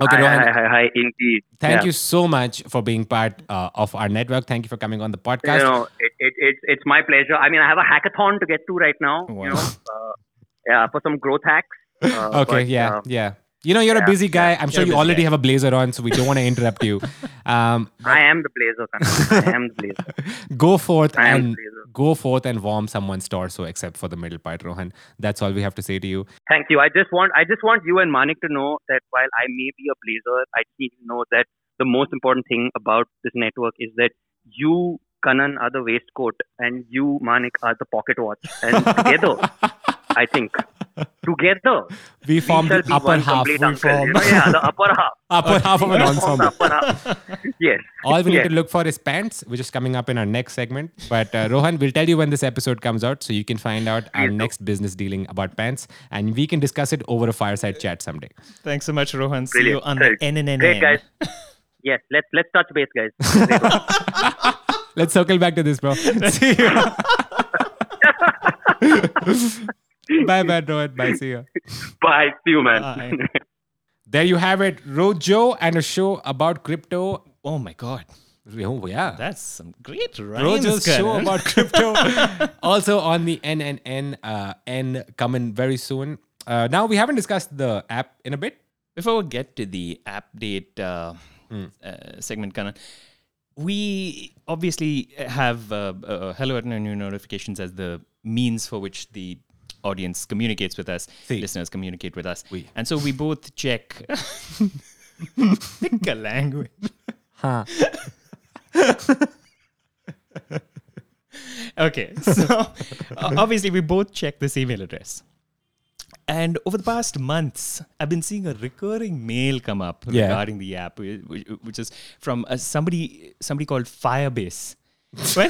Speaker 4: Okay,
Speaker 5: hi,
Speaker 4: Rohan,
Speaker 5: hi, hi, hi, indeed
Speaker 4: thank
Speaker 5: Yeah.
Speaker 4: you so much for being part uh, of our network. Thank you for coming on the podcast.
Speaker 5: you know, it, it, it's it's my pleasure. I mean, I have a hackathon to get to right now.
Speaker 3: Wow.
Speaker 5: You know, uh, yeah, for some growth hacks. Uh,
Speaker 4: okay,
Speaker 5: but,
Speaker 4: yeah,
Speaker 5: um,
Speaker 4: yeah. You know, you're a busy guy. I'm sure
Speaker 3: You're a
Speaker 4: you
Speaker 3: busy
Speaker 4: already
Speaker 3: guy.
Speaker 4: have a blazer on, so we don't want to interrupt you. Um,
Speaker 5: I am the blazer. Kanak. I am the blazer.
Speaker 4: go forth
Speaker 5: I am
Speaker 4: and
Speaker 5: blazer.
Speaker 4: go forth and warm someone's torso, except for the middle part, Rohan. That's all we have to say to you.
Speaker 5: Thank you. I just want I just want you and Manik to know that while I may be a blazer, I need to know that the most important thing about this network is that you, Kanan, are the waistcoat, and you, Manik, are the pocket watch. And together, I think together
Speaker 4: We formed
Speaker 5: shall
Speaker 4: the
Speaker 5: be
Speaker 4: upper
Speaker 5: one
Speaker 4: half.
Speaker 5: complete
Speaker 4: We
Speaker 5: uncle, you
Speaker 4: formed
Speaker 5: know? Yeah, the upper half.
Speaker 4: upper half of an
Speaker 5: Yes, on the
Speaker 4: ensemble.
Speaker 5: upper half. yes.
Speaker 4: All we need
Speaker 5: yes.
Speaker 4: to look for is pants, which is coming up in our next segment. But uh, Rohan, we'll tell you when this episode comes out so you can find out our next business dealing about pants and we can discuss it over a fireside chat someday.
Speaker 3: Thanks so much, Rohan. See you
Speaker 5: Brilliant.
Speaker 3: on the
Speaker 5: Great.
Speaker 3: NNN.
Speaker 5: Great, guys. Yes, let's let's touch base, guys. There you go.
Speaker 4: Let's circle back to this, bro. see you. bye, bye, Rohan. Bye, see you.
Speaker 5: Bye. See you, man.
Speaker 3: Bye.
Speaker 4: There you have it, Rojo and a show about crypto.
Speaker 3: Oh my god.
Speaker 4: Oh, yeah.
Speaker 3: That's some great rhymes.
Speaker 4: Rojo's show
Speaker 3: Karan.
Speaker 4: about crypto. also on the NNN uh, N coming very soon. Uh, now we haven't discussed the app in a bit.
Speaker 3: Before we get to the update uh, uh, segment, Kanan, we obviously have uh, uh, hello at no new notifications as the means for which the audience communicates with us,
Speaker 4: See.
Speaker 3: listeners communicate with us. And so we both check. Pick a language.
Speaker 4: Huh.
Speaker 3: Okay, so uh, obviously we both check this email address. And over the past months, I've been seeing a recurring mail come up
Speaker 4: Yeah.
Speaker 3: regarding the app, whi- which, which is from uh, somebody somebody called Firebase. Well,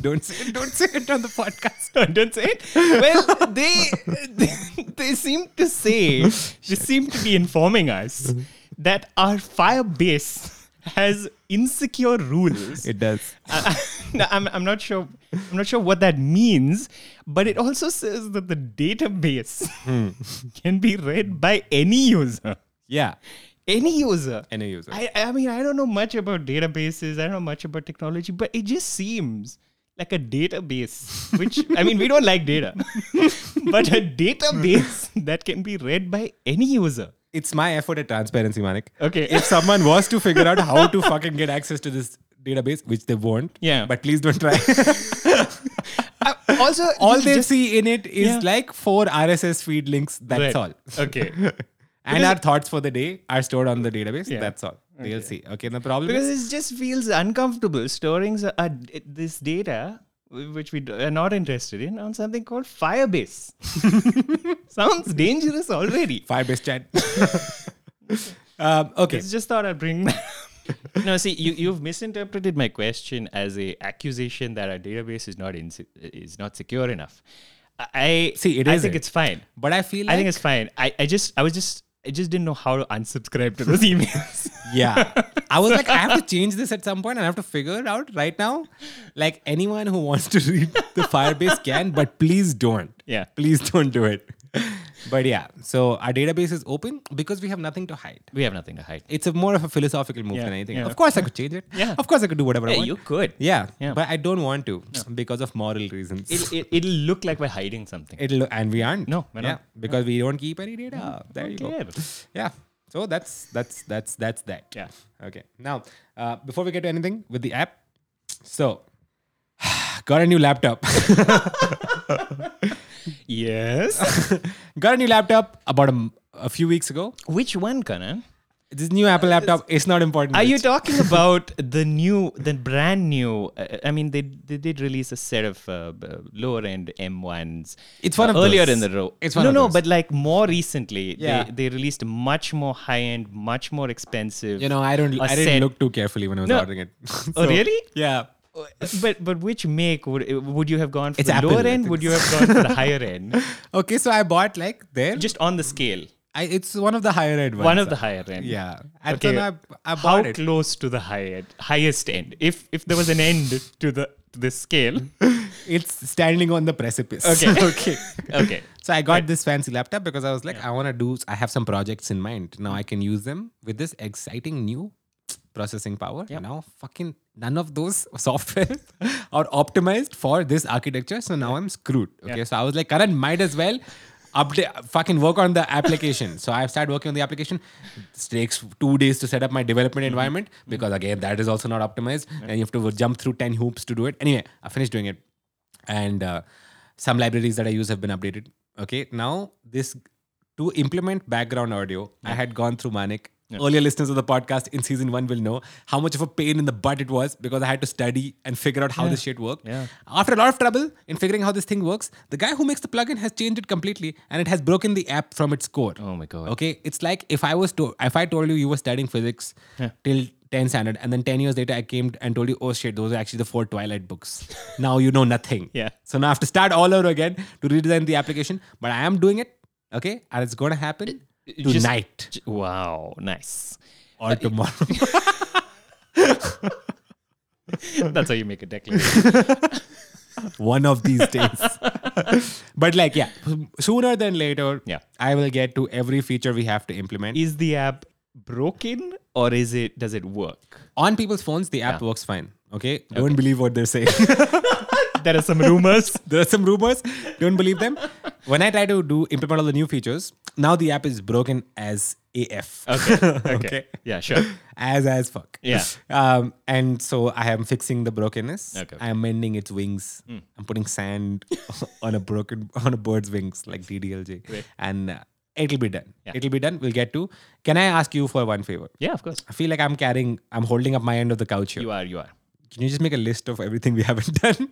Speaker 4: Don't say it. Don't say it on the podcast.
Speaker 3: don't say it. Well, they, they they seem to say they seem to be informing us that our Firebase has insecure rules.
Speaker 6: It does.
Speaker 3: I, I- I'm, I'm not sure. I'm not sure what that means, but it also says that the database can be read by any user.
Speaker 4: Yeah.
Speaker 3: Any user.
Speaker 4: Any user.
Speaker 3: I, I mean, I don't know much about databases. I don't know much about technology, but it just seems like a database, which I mean, we don't like data, but a database that can be read by any user.
Speaker 4: It's my effort at transparency, Manik.
Speaker 3: Okay.
Speaker 4: If someone was to figure out how to fucking get access to this database, which they won't.
Speaker 3: Yeah.
Speaker 4: But please don't try.
Speaker 3: Uh, also,
Speaker 4: all
Speaker 3: just-
Speaker 4: they
Speaker 3: just-
Speaker 4: see in it is
Speaker 3: Yeah.
Speaker 4: like four RSS feed links. That's
Speaker 3: Right.
Speaker 4: all.
Speaker 3: Okay.
Speaker 4: And our thoughts for the day are stored on the database.
Speaker 3: Yeah.
Speaker 4: That's all. They'll see. Okay. The problem
Speaker 3: because
Speaker 4: is.
Speaker 3: it just feels uncomfortable storing s- uh, d- this data wh- which we d- are not interested in on something called firebase sounds dangerous already
Speaker 4: Firebase chat. um, okay.
Speaker 3: it's just thought i'd bring no see you, you've misinterpreted my question as a accusation that our database is not in, is not secure enough i
Speaker 4: See, it
Speaker 3: i
Speaker 4: isn't.
Speaker 3: think it's fine
Speaker 4: But I feel like.
Speaker 3: i think it's fine i, I just i was just I just didn't know how to unsubscribe to those emails.
Speaker 4: Yeah. I was like, I have to change this at some point and I have to figure it out right now. Like anyone who wants to read the Firebase can, but please don't.
Speaker 3: Yeah.
Speaker 4: Please don't do it. But yeah, so our database is open because we have nothing to hide.
Speaker 3: we have nothing to hide.
Speaker 4: It's a more of a philosophical move
Speaker 3: Yeah,
Speaker 4: than anything.
Speaker 3: yeah.
Speaker 4: Of course I could change it.
Speaker 3: Yeah.
Speaker 4: Of course I could do whatever I
Speaker 3: Yeah,
Speaker 4: want.
Speaker 3: you could.
Speaker 4: Yeah.
Speaker 3: Yeah.
Speaker 4: But I don't want to because of moral reasons.
Speaker 3: It'll, it, it'll look like we're hiding something.
Speaker 4: It'll and we aren't.
Speaker 3: No, we're
Speaker 4: yeah,
Speaker 3: not.
Speaker 4: because we don't keep any data. There you go.
Speaker 3: care.
Speaker 4: Yeah. So that's that's that's that's that.
Speaker 3: Yeah.
Speaker 4: Okay. Now, uh, before we get to anything with the app, so got a new laptop.
Speaker 3: Yes.
Speaker 4: got a new laptop about a, m- a few weeks ago.
Speaker 3: Which one, Kanan?
Speaker 4: This new Apple laptop is not important.
Speaker 3: Uh, Are you
Speaker 4: Rich.
Speaker 3: talking about the new, the brand new? Uh, I mean, they they did release a set of uh, b- lower end M1s.
Speaker 4: It's one
Speaker 3: uh,
Speaker 4: of
Speaker 3: earlier
Speaker 4: those.
Speaker 3: in the row.
Speaker 4: It's one
Speaker 3: no,
Speaker 4: of
Speaker 3: no,
Speaker 4: those.
Speaker 3: but like more recently,
Speaker 4: Yeah.
Speaker 3: they, they released much more high end, much more expensive.
Speaker 4: You know, I don't.
Speaker 3: a
Speaker 4: I
Speaker 3: set.
Speaker 4: didn't look too carefully when I was
Speaker 3: No.
Speaker 4: ordering it.
Speaker 3: Oh, really?
Speaker 4: Yeah.
Speaker 3: But but which make would would you have gone for
Speaker 4: It's
Speaker 3: the
Speaker 4: Apple,
Speaker 3: lower
Speaker 4: I
Speaker 3: end?
Speaker 4: think.
Speaker 3: Would you have gone for the higher end?
Speaker 4: Okay, so I bought like there.
Speaker 3: Just on the scale,
Speaker 4: I, it's one of the higher end ones.
Speaker 3: one of the higher end.
Speaker 4: Yeah. And
Speaker 3: Okay.
Speaker 4: okay. I, I
Speaker 3: how
Speaker 4: bought it.
Speaker 3: close to the high highest end if if there was an end to the to this scale
Speaker 4: It's standing on the precipice.
Speaker 3: Okay.
Speaker 4: okay.
Speaker 3: okay
Speaker 4: So I got this fancy laptop because I was like, I want to do. I have some projects in mind. Now I can use them with this exciting new processing power. Now fucking none of those software are optimized for this architecture. So now I'm screwed. Okay. So I was like, Karan, might as well update, fucking work on the application. so I've started working on the application. It takes two days to set up my development environment because again that is also not optimized, and you have to jump through ten hoops to do it. Anyway, I finished doing it and uh, some libraries that I use have been updated. Okay, now this to implement background audio, I had gone through Manic. Earlier listeners of the podcast in season one will know how much of a pain in the butt it was because I had to study and figure out how this shit worked.
Speaker 3: Yeah.
Speaker 4: After a lot of trouble in figuring how this thing works, the guy who makes the plugin has changed it completely and it has broken the app from its core.
Speaker 3: Oh my God.
Speaker 4: Okay, it's like if I was to if I told you you were studying physics till 10 standard, and then 10 years later I came and told you, oh shit, those are actually the four Twilight books. now you know nothing.
Speaker 3: Yeah.
Speaker 4: So now I have to start all over again to redesign the application. But I am doing it. Okay, and it's gonna happen
Speaker 3: just-
Speaker 4: tonight
Speaker 3: J- wow nice
Speaker 4: or tomorrow.
Speaker 3: that's how you make a declaration
Speaker 4: one of these days. but like, yeah, sooner than later,
Speaker 3: Yeah. E-
Speaker 4: I will get to every feature we have to implement.
Speaker 3: is the app broken or is it does it work
Speaker 4: On people's phones, the app works fine. Okay, don't believe what they're saying.
Speaker 3: there are some rumors
Speaker 4: there are some rumors. Don't believe them. When I try to do implement all the new features, now the app is broken as AF.
Speaker 3: okay okay, yeah sure
Speaker 4: As as fuck.
Speaker 3: Yeah.
Speaker 4: Um, and so I am fixing the brokenness.
Speaker 3: Okay, Hmm. okay.
Speaker 4: I am mending its wings. I'm putting sand on a broken on a bird's wings like DDLJ, and uh, it'll be done. It'll be done. We'll get to. Can I ask you for one favor?
Speaker 3: yeah of course
Speaker 4: I feel like I'm carrying. I'm holding up my end of the couch here.
Speaker 3: you are you are
Speaker 4: Can you just make a list of everything we haven't done?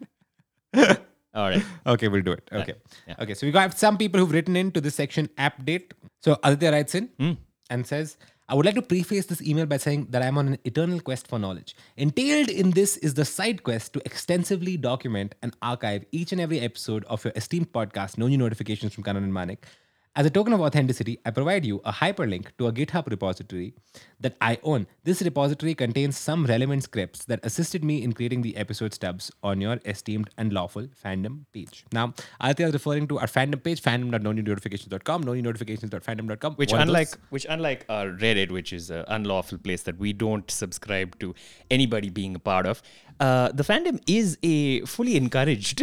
Speaker 3: All right.
Speaker 4: Okay, we'll do it. Okay.
Speaker 3: yeah.
Speaker 4: Okay. So we got some people who've written in to this section app date. So Aditya writes in
Speaker 3: Hmm.
Speaker 4: and says, I would like to preface this email by saying that I'm on an eternal quest for knowledge. Entailed in this is the side quest to extensively document and archive each and every episode of your esteemed podcast, No New Notifications from Kanan and Manik. As a token of authenticity, I provide you a hyperlink to a GitHub repository that I own. This repository contains some relevant scripts that assisted me in creating the episode stubs on your esteemed and lawful fandom page. Now, Aditya is referring to our fandom page, fandom.nonewnotifications.com, nonewnotifications.fandom.com.
Speaker 3: Which
Speaker 4: All those-
Speaker 3: unlike which unlike uh, Reddit, which is an unlawful place that we don't subscribe to anybody being a part of, uh, the fandom is a fully encouraged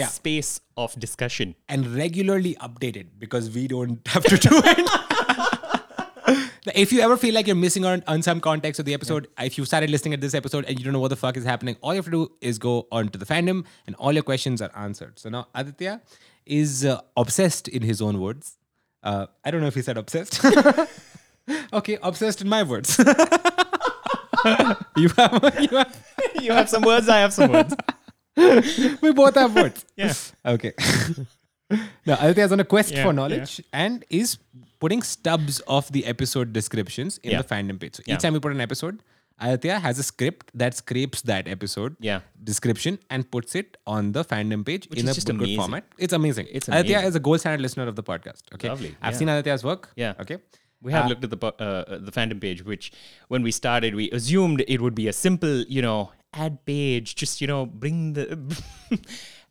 Speaker 4: Yeah.
Speaker 3: space of discussion.
Speaker 4: and regularly update it because we don't have to do it. if you ever feel like you're missing on, on some context of the episode, if you started listening at this episode and you don't know what the fuck is happening, all you have to do is go on to the fandom and all your questions are answered. So now Aditya is uh, obsessed in his own words. Uh, I don't know if he said obsessed. okay, obsessed in my words. you have, you have,
Speaker 3: you have some words, I have some words.
Speaker 4: we both have words.
Speaker 3: Yeah.
Speaker 4: Okay. now, Aditya is on a quest
Speaker 3: Yeah,
Speaker 4: for knowledge and is putting stubs of the episode descriptions in
Speaker 3: Yeah.
Speaker 4: the fandom page. So
Speaker 3: Yeah.
Speaker 4: each time we put an episode, Aditya has a script that scrapes that episode
Speaker 3: Yeah.
Speaker 4: description and puts it on the fandom page
Speaker 3: Which
Speaker 4: in
Speaker 3: is
Speaker 4: a
Speaker 3: just
Speaker 4: good, good
Speaker 3: amazing.
Speaker 4: format. It's amazing.
Speaker 3: It's
Speaker 4: Aditya
Speaker 3: amazing.
Speaker 4: is a gold standard listener of the podcast. Okay.
Speaker 3: Lovely,
Speaker 4: I've
Speaker 3: yeah.
Speaker 4: seen Aditya's work.
Speaker 3: Yeah.
Speaker 4: Okay.
Speaker 3: We have
Speaker 4: Uh,
Speaker 3: looked at the po- uh, the fandom page, which when we started, we assumed it would be a simple, you know, ad page. Just you know, bring the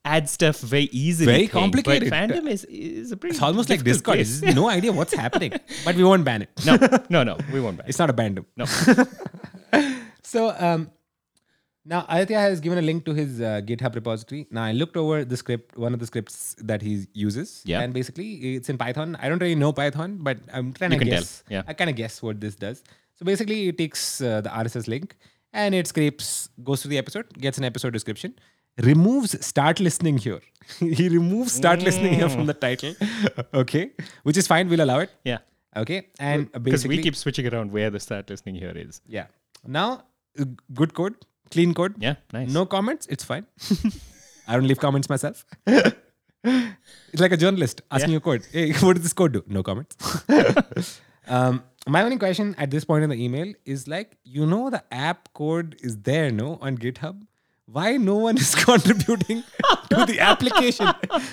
Speaker 3: add stuff very easily. thing.
Speaker 4: Very
Speaker 3: But
Speaker 4: complicated.
Speaker 3: fandom is is a pretty.
Speaker 4: It's almost like
Speaker 3: difficult
Speaker 4: Discord.
Speaker 3: place.
Speaker 4: There's no idea what's happening, but we won't ban it.
Speaker 3: no, no, no. We won't. Ban. it.
Speaker 4: It's not a bandom.
Speaker 3: No.
Speaker 4: So um, now Aditya has given a link to his uh, GitHub repository. Now I looked over the script, one of the scripts that he uses.
Speaker 3: Yeah.
Speaker 4: And basically, it's in Python. I don't really know Python, but I'm trying
Speaker 3: You
Speaker 4: to
Speaker 3: can tell,
Speaker 4: guess.
Speaker 3: yeah.
Speaker 4: I kind of guess what this does. So basically, it takes uh, the RSS link and it scrapes, goes to the episode, gets an episode description, removes start listening here. he removes start listening here from the title. okay. Which is fine. We'll allow it.
Speaker 3: Mm. Yeah.
Speaker 4: Okay. And
Speaker 3: Because
Speaker 4: basically,
Speaker 3: we keep switching around where the start listening here is.
Speaker 4: yeah. Now, uh, good code, clean code.
Speaker 3: Yeah, nice.
Speaker 4: No comments. It's fine. I don't leave comments myself. it's like a journalist asking you code. Hey, what does this code do? No comments. um, my only question at this point in the email is like, you know, the app code is there, no, on GitHub. Why no one is contributing to the application?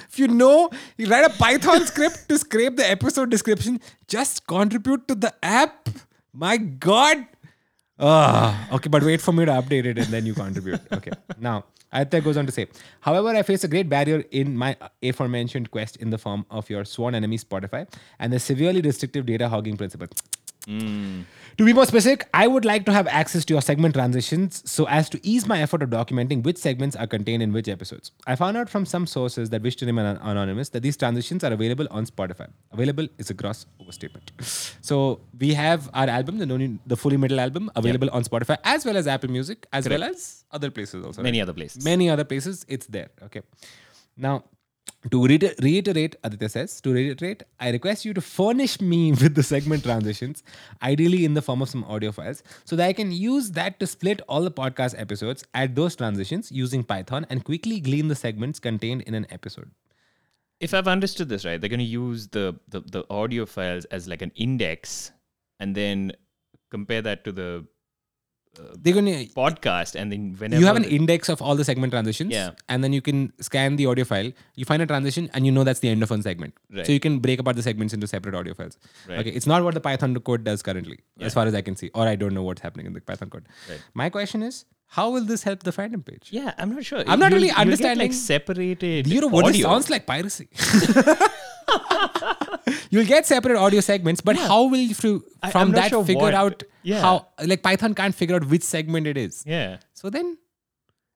Speaker 4: if you know, you write a Python script to scrape the episode description. Just contribute to the app. My God. Ah, okay, but wait for me to update it and then you contribute. Okay. Now, Aditya goes on to say, however, I face a great barrier in my aforementioned quest in the form of your sworn enemy Spotify and the severely restrictive data hogging principle. To be more specific, I would like to have access to your segment transitions so as to ease my effort of documenting which segments are contained in which episodes. I found out from some sources that wish to remain an- anonymous that these transitions are available on Spotify. Available is a gross overstatement. So we have our album, the, No New- the Fully Metal album, available on Spotify as well as Apple Music, as well as other places also.
Speaker 3: Many
Speaker 4: right?
Speaker 3: other places.
Speaker 4: many other places it's there okay now to reiter- reiterate aditya says to reiterate i request you to furnish me with the segment transitions ideally in the form of some audio files so that i can use that to split all the podcast episodes at those transitions using python and quickly glean the segments contained in an episode
Speaker 3: If I've understood this right, they're going to use the, the the audio files as like an index, and then compare that to the
Speaker 4: they're going to
Speaker 3: podcast, and then whenever
Speaker 4: you have an
Speaker 3: the-
Speaker 4: index of all the segment transitions
Speaker 3: Yeah.
Speaker 4: and then you can scan the audio file you find a transition and you know that's the end of one segment
Speaker 3: Right.
Speaker 4: so you can break apart the segments into separate audio files
Speaker 3: Right.
Speaker 4: okay it's not what the python code does currently as far as i can see or i don't know what's happening in the python code
Speaker 3: Right.
Speaker 4: my question is how will this help the fandom page
Speaker 3: yeah, I'm not sure.
Speaker 4: I'm not
Speaker 3: You'll-
Speaker 4: really
Speaker 3: you'll get,
Speaker 4: understanding-
Speaker 3: like separated.
Speaker 4: you know what this
Speaker 3: audio.
Speaker 4: sounds like piracy you'll get separate audio segments but how will you
Speaker 3: I-
Speaker 4: from
Speaker 3: I'm not
Speaker 4: that
Speaker 3: sure
Speaker 4: figure
Speaker 3: what-
Speaker 4: out
Speaker 3: Yeah.
Speaker 4: how like python can't figure out which segment it is
Speaker 3: Yeah.
Speaker 4: So then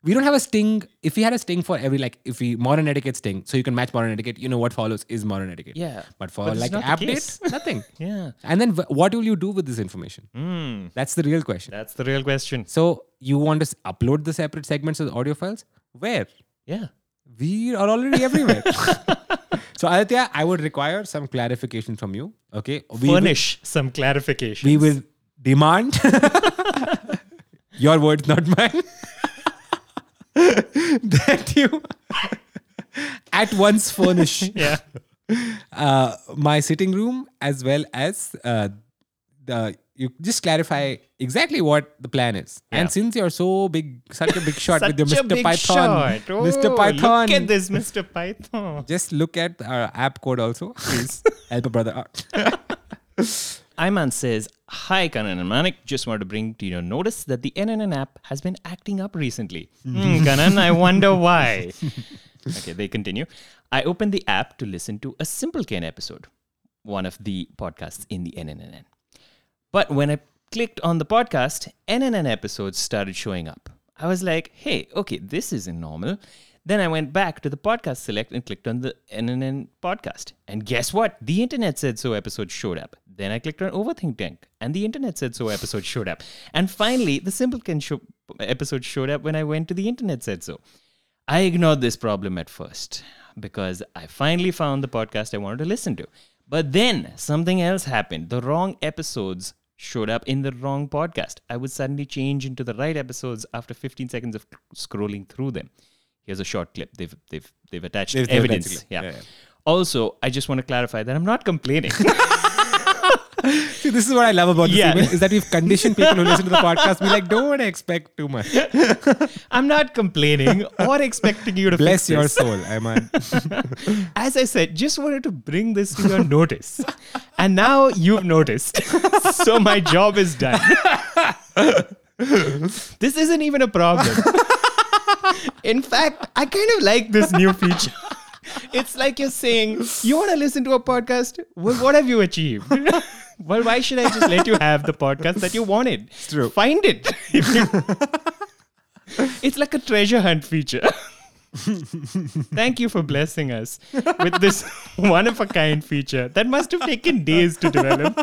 Speaker 4: we don't have a sting. If we had a sting for every like if we modern etiquette sting, so you can match modern etiquette, you know what follows is modern etiquette.
Speaker 3: Yeah.
Speaker 4: But for
Speaker 3: But it's
Speaker 4: like
Speaker 3: not the
Speaker 4: app
Speaker 3: case.
Speaker 4: dates, nothing.
Speaker 3: Yeah. Hmm.
Speaker 4: And then wh- what will you do with this information? That's the real question.
Speaker 3: That's the real question.
Speaker 4: So you want to s- upload the separate segments of the audio files? Where?
Speaker 3: Yeah.
Speaker 4: We are already everywhere. so Aditya, I would require some clarification from you. Okay. We will-
Speaker 3: Furnish some clarification.
Speaker 4: we will demand your words, not mine. that you at one's furnish.
Speaker 3: Yeah.
Speaker 4: uh, my sitting room as well as uh, the you just clarify exactly what the plan is. And
Speaker 3: Yeah.
Speaker 4: since you're so big, such a big shot with your
Speaker 3: Such a
Speaker 4: Mr.
Speaker 3: big
Speaker 4: Python,
Speaker 3: shot. Oh,
Speaker 4: Mr. Python,
Speaker 3: Look at this, Mr. Python.
Speaker 4: just look at our app code also. Please help a brother out.
Speaker 3: Iman says, Hi, Kanan and Manik. Just wanted to bring to your notice that the NNN app has been acting up recently. Hmm, Kanan, I wonder why. okay, they continue. I opened the app to listen to a Simple Cane episode, one of the podcasts in the NNN. But when I clicked on the podcast, NNN episodes started showing up. I was like, hey, okay, this isn't normal. Then I went back to the podcast select and clicked on the NNN podcast. And guess what? The Internet Said So episode showed up. Then I clicked on Overthink Tank and the Internet Said So episode showed up. And finally, the Simpleton show- episode showed up when I went to the Internet Said So. I ignored this problem at first because I finally found the podcast I wanted to listen to. But then something else happened. The wrong episodes showed up in the wrong podcast. I would suddenly change into the right episodes after 15 seconds of scrolling through them. Here's a short clip. They've they've they've attached
Speaker 4: They've- they've
Speaker 3: evidence.
Speaker 4: attached it.
Speaker 3: yeah.
Speaker 4: Yeah, yeah.
Speaker 3: Also, I just want to clarify that I'm not complaining.
Speaker 4: See, this is what I love about this
Speaker 3: Yeah.
Speaker 4: email, is that we've conditioned people who listen to the podcast. We're like, don't expect too much.
Speaker 3: I'm not complaining or expecting you to fix
Speaker 4: Bless
Speaker 3: this.
Speaker 4: your soul, Ayman.
Speaker 3: As I said, just wanted to bring this to your notice. And now you've noticed. So my job is done. this isn't even a problem. In fact, I kind of like this new feature. It's like you're saying, you want to listen to a podcast? Well, what have you achieved? well, why should I just let you have the podcast that you wanted? It's
Speaker 4: true.
Speaker 3: Find it. If you- it's like a treasure hunt feature. Thank you for blessing us with this one of a kind feature that must have taken days to develop.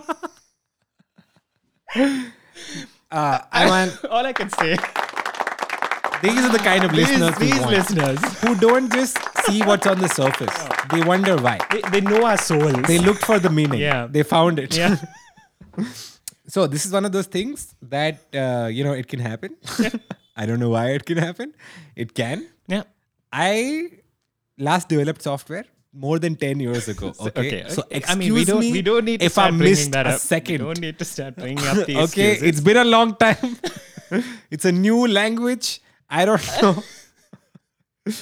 Speaker 4: Uh, Ayman,
Speaker 3: All I can say,
Speaker 4: these are the kind of
Speaker 3: these,
Speaker 4: listeners we
Speaker 3: these
Speaker 4: want,
Speaker 3: listeners,
Speaker 4: who don't just see what's on the surface. They wonder why.
Speaker 3: they, they know our souls.
Speaker 4: They looked for the meaning.
Speaker 3: Yeah.
Speaker 4: They found it.
Speaker 3: yeah.
Speaker 4: So this is one of those things that uh, you know it can happen. I don't know why it can happen. It can.
Speaker 3: Yeah.
Speaker 4: I last developed software more than ten years ago. Okay.
Speaker 3: Okay.
Speaker 4: So excuse
Speaker 3: I mean, we don't,
Speaker 4: me
Speaker 3: we don't need to
Speaker 4: if
Speaker 3: start
Speaker 4: I
Speaker 3: bringing
Speaker 4: missed
Speaker 3: that
Speaker 4: a
Speaker 3: up.
Speaker 4: second.
Speaker 3: We don't need to start bringing up the
Speaker 4: okay.
Speaker 3: excuses.
Speaker 4: It's been a long time. it's a new language. I don't know.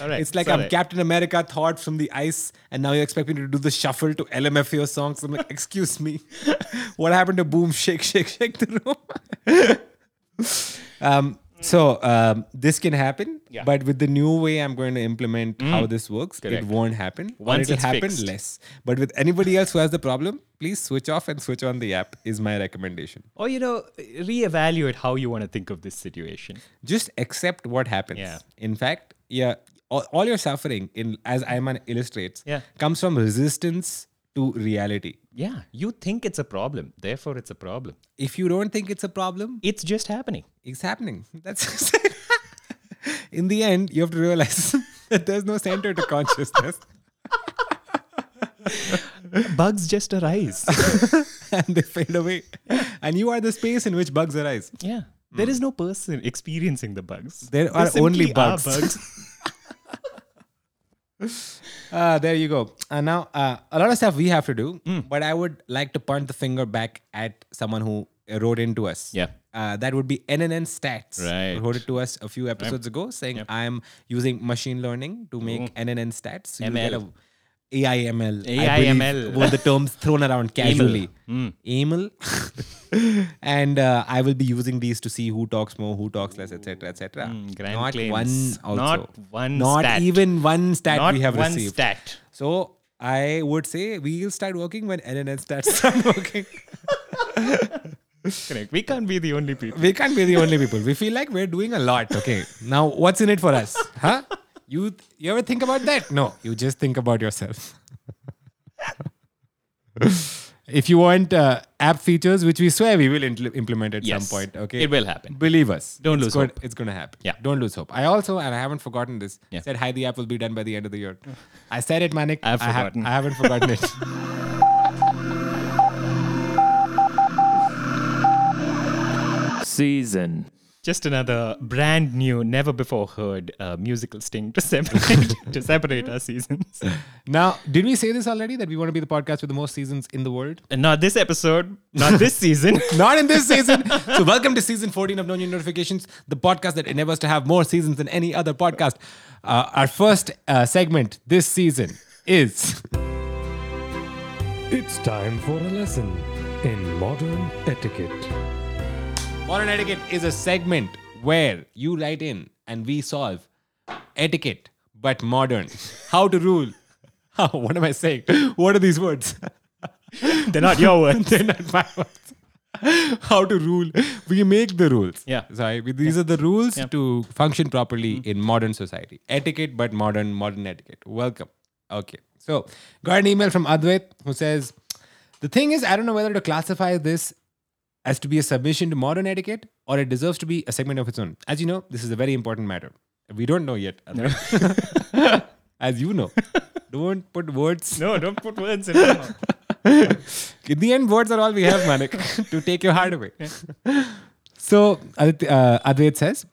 Speaker 3: all right.
Speaker 4: It's like
Speaker 3: all
Speaker 4: I'm
Speaker 3: right.
Speaker 4: Captain America thought from the ice, and now you expect me to do the shuffle to LMFAO songs. I'm like, excuse me, what happened to boom, shake, shake, shake the room? um, so um, this can happen,
Speaker 3: Yeah. Mm.
Speaker 4: but with the new way I'm going to implement how this works,
Speaker 3: Correct.
Speaker 4: it won't happen. or
Speaker 3: Once
Speaker 4: it'll
Speaker 3: it's
Speaker 4: happen
Speaker 3: fixed.
Speaker 4: less. But with anybody else who has the problem, please switch off and switch on the app is my recommendation.
Speaker 3: Or, you know, reevaluate how you want to think of this situation.
Speaker 4: just accept what happens.
Speaker 3: Yeah.
Speaker 4: In fact, yeah, all, all your suffering in as Ayman illustrates
Speaker 3: Yeah.
Speaker 4: comes from resistance to reality.
Speaker 3: Yeah. You think it's a problem. Therefore, it's a problem.
Speaker 4: If you don't think it's a problem,
Speaker 3: It's just happening.
Speaker 4: it's happening. That's in the end, you have to realize that there's no center to consciousness.
Speaker 3: Bugs just arise.
Speaker 4: and they fade away. And you are the space in which bugs arise.
Speaker 3: Yeah. There is no person experiencing the bugs.
Speaker 4: There
Speaker 3: They
Speaker 4: are only
Speaker 3: simply are
Speaker 4: bugs. Uh, there you go. And now, uh, a lot of stuff we have to do,
Speaker 3: Hmm.
Speaker 4: but I would like to point the finger back at someone who uh, wrote into us.
Speaker 3: Yeah.
Speaker 4: Uh, that would be NNN Stats.
Speaker 3: Right.
Speaker 4: Who wrote it to us a few episodes ago saying, I'm using machine learning to make
Speaker 3: Hmm.
Speaker 4: NNN Stats. So you
Speaker 3: ML.
Speaker 4: get a AIML. I believe,
Speaker 3: AIML.
Speaker 4: were the terms thrown around casually.
Speaker 3: Hmm.
Speaker 4: Amel. and uh, I will be using these to see who talks more, who talks less, etc., etc.
Speaker 3: Hmm, grand
Speaker 4: Not
Speaker 3: claims.
Speaker 4: one also.
Speaker 3: Not one
Speaker 4: Not
Speaker 3: stat.
Speaker 4: even one stat
Speaker 3: Not
Speaker 4: we have
Speaker 3: one
Speaker 4: received.
Speaker 3: stat.
Speaker 4: So I would say we'll start working when NNN stats start working.
Speaker 3: Correct. We can't be the only people.
Speaker 4: we can't be the only people. We feel like we're doing a lot. Okay. Now what's in it for us? Huh? You you ever think about that? No. You just think about yourself. if you want uh, app features, which we swear we will impl- implement at
Speaker 3: Yes.
Speaker 4: some point. Okay.
Speaker 3: It will happen.
Speaker 4: Believe us.
Speaker 3: Don't
Speaker 4: It's
Speaker 3: lose
Speaker 4: good-
Speaker 3: hope.
Speaker 4: It's gonna happen.
Speaker 3: Yeah.
Speaker 4: Don't lose hope. I also, and I haven't forgotten this.
Speaker 3: Yeah.
Speaker 4: Said hi, the app will be done by the end of the year. I said it, Manik.
Speaker 3: I've
Speaker 4: I ha-
Speaker 3: forgotten.
Speaker 4: I haven't forgotten it.
Speaker 1: Season.
Speaker 3: Just another brand new, never before heard uh, musical sting to separate to separate our seasons.
Speaker 4: Now, did we say this already that we want to be the podcast with the most seasons in the world?
Speaker 3: And not this episode, not this season.
Speaker 4: Not in this season. so, welcome to season 14 of No New Notifications, the podcast that enables to have more seasons than any other podcast. Uh, our first uh, segment this season is
Speaker 6: It's time for a lesson in modern etiquette.
Speaker 4: Modern Etiquette is a segment where you write in and we solve etiquette, but modern. How to rule. How, what am I saying? What are these words?
Speaker 3: They're not your words.
Speaker 4: They're not my words. How to rule. We make the rules.
Speaker 3: Yeah.
Speaker 4: Sorry. we- These are the rules
Speaker 3: Yeah. Mm-hmm.
Speaker 4: to function properly in modern society. Etiquette, but modern, modern etiquette. Welcome. Okay. So, got an email from Advait who says, The thing is, I don't know whether to classify this as to be a submission to modern etiquette or it deserves to be a segment of its own. As you know, this is a very important matter. We don't know yet. Advait. As you know, don't put words
Speaker 3: No, don't put words in. my mouth.
Speaker 4: in the end, words are all we have, Manik, to take your heart away. so, Adit- uh, Advait says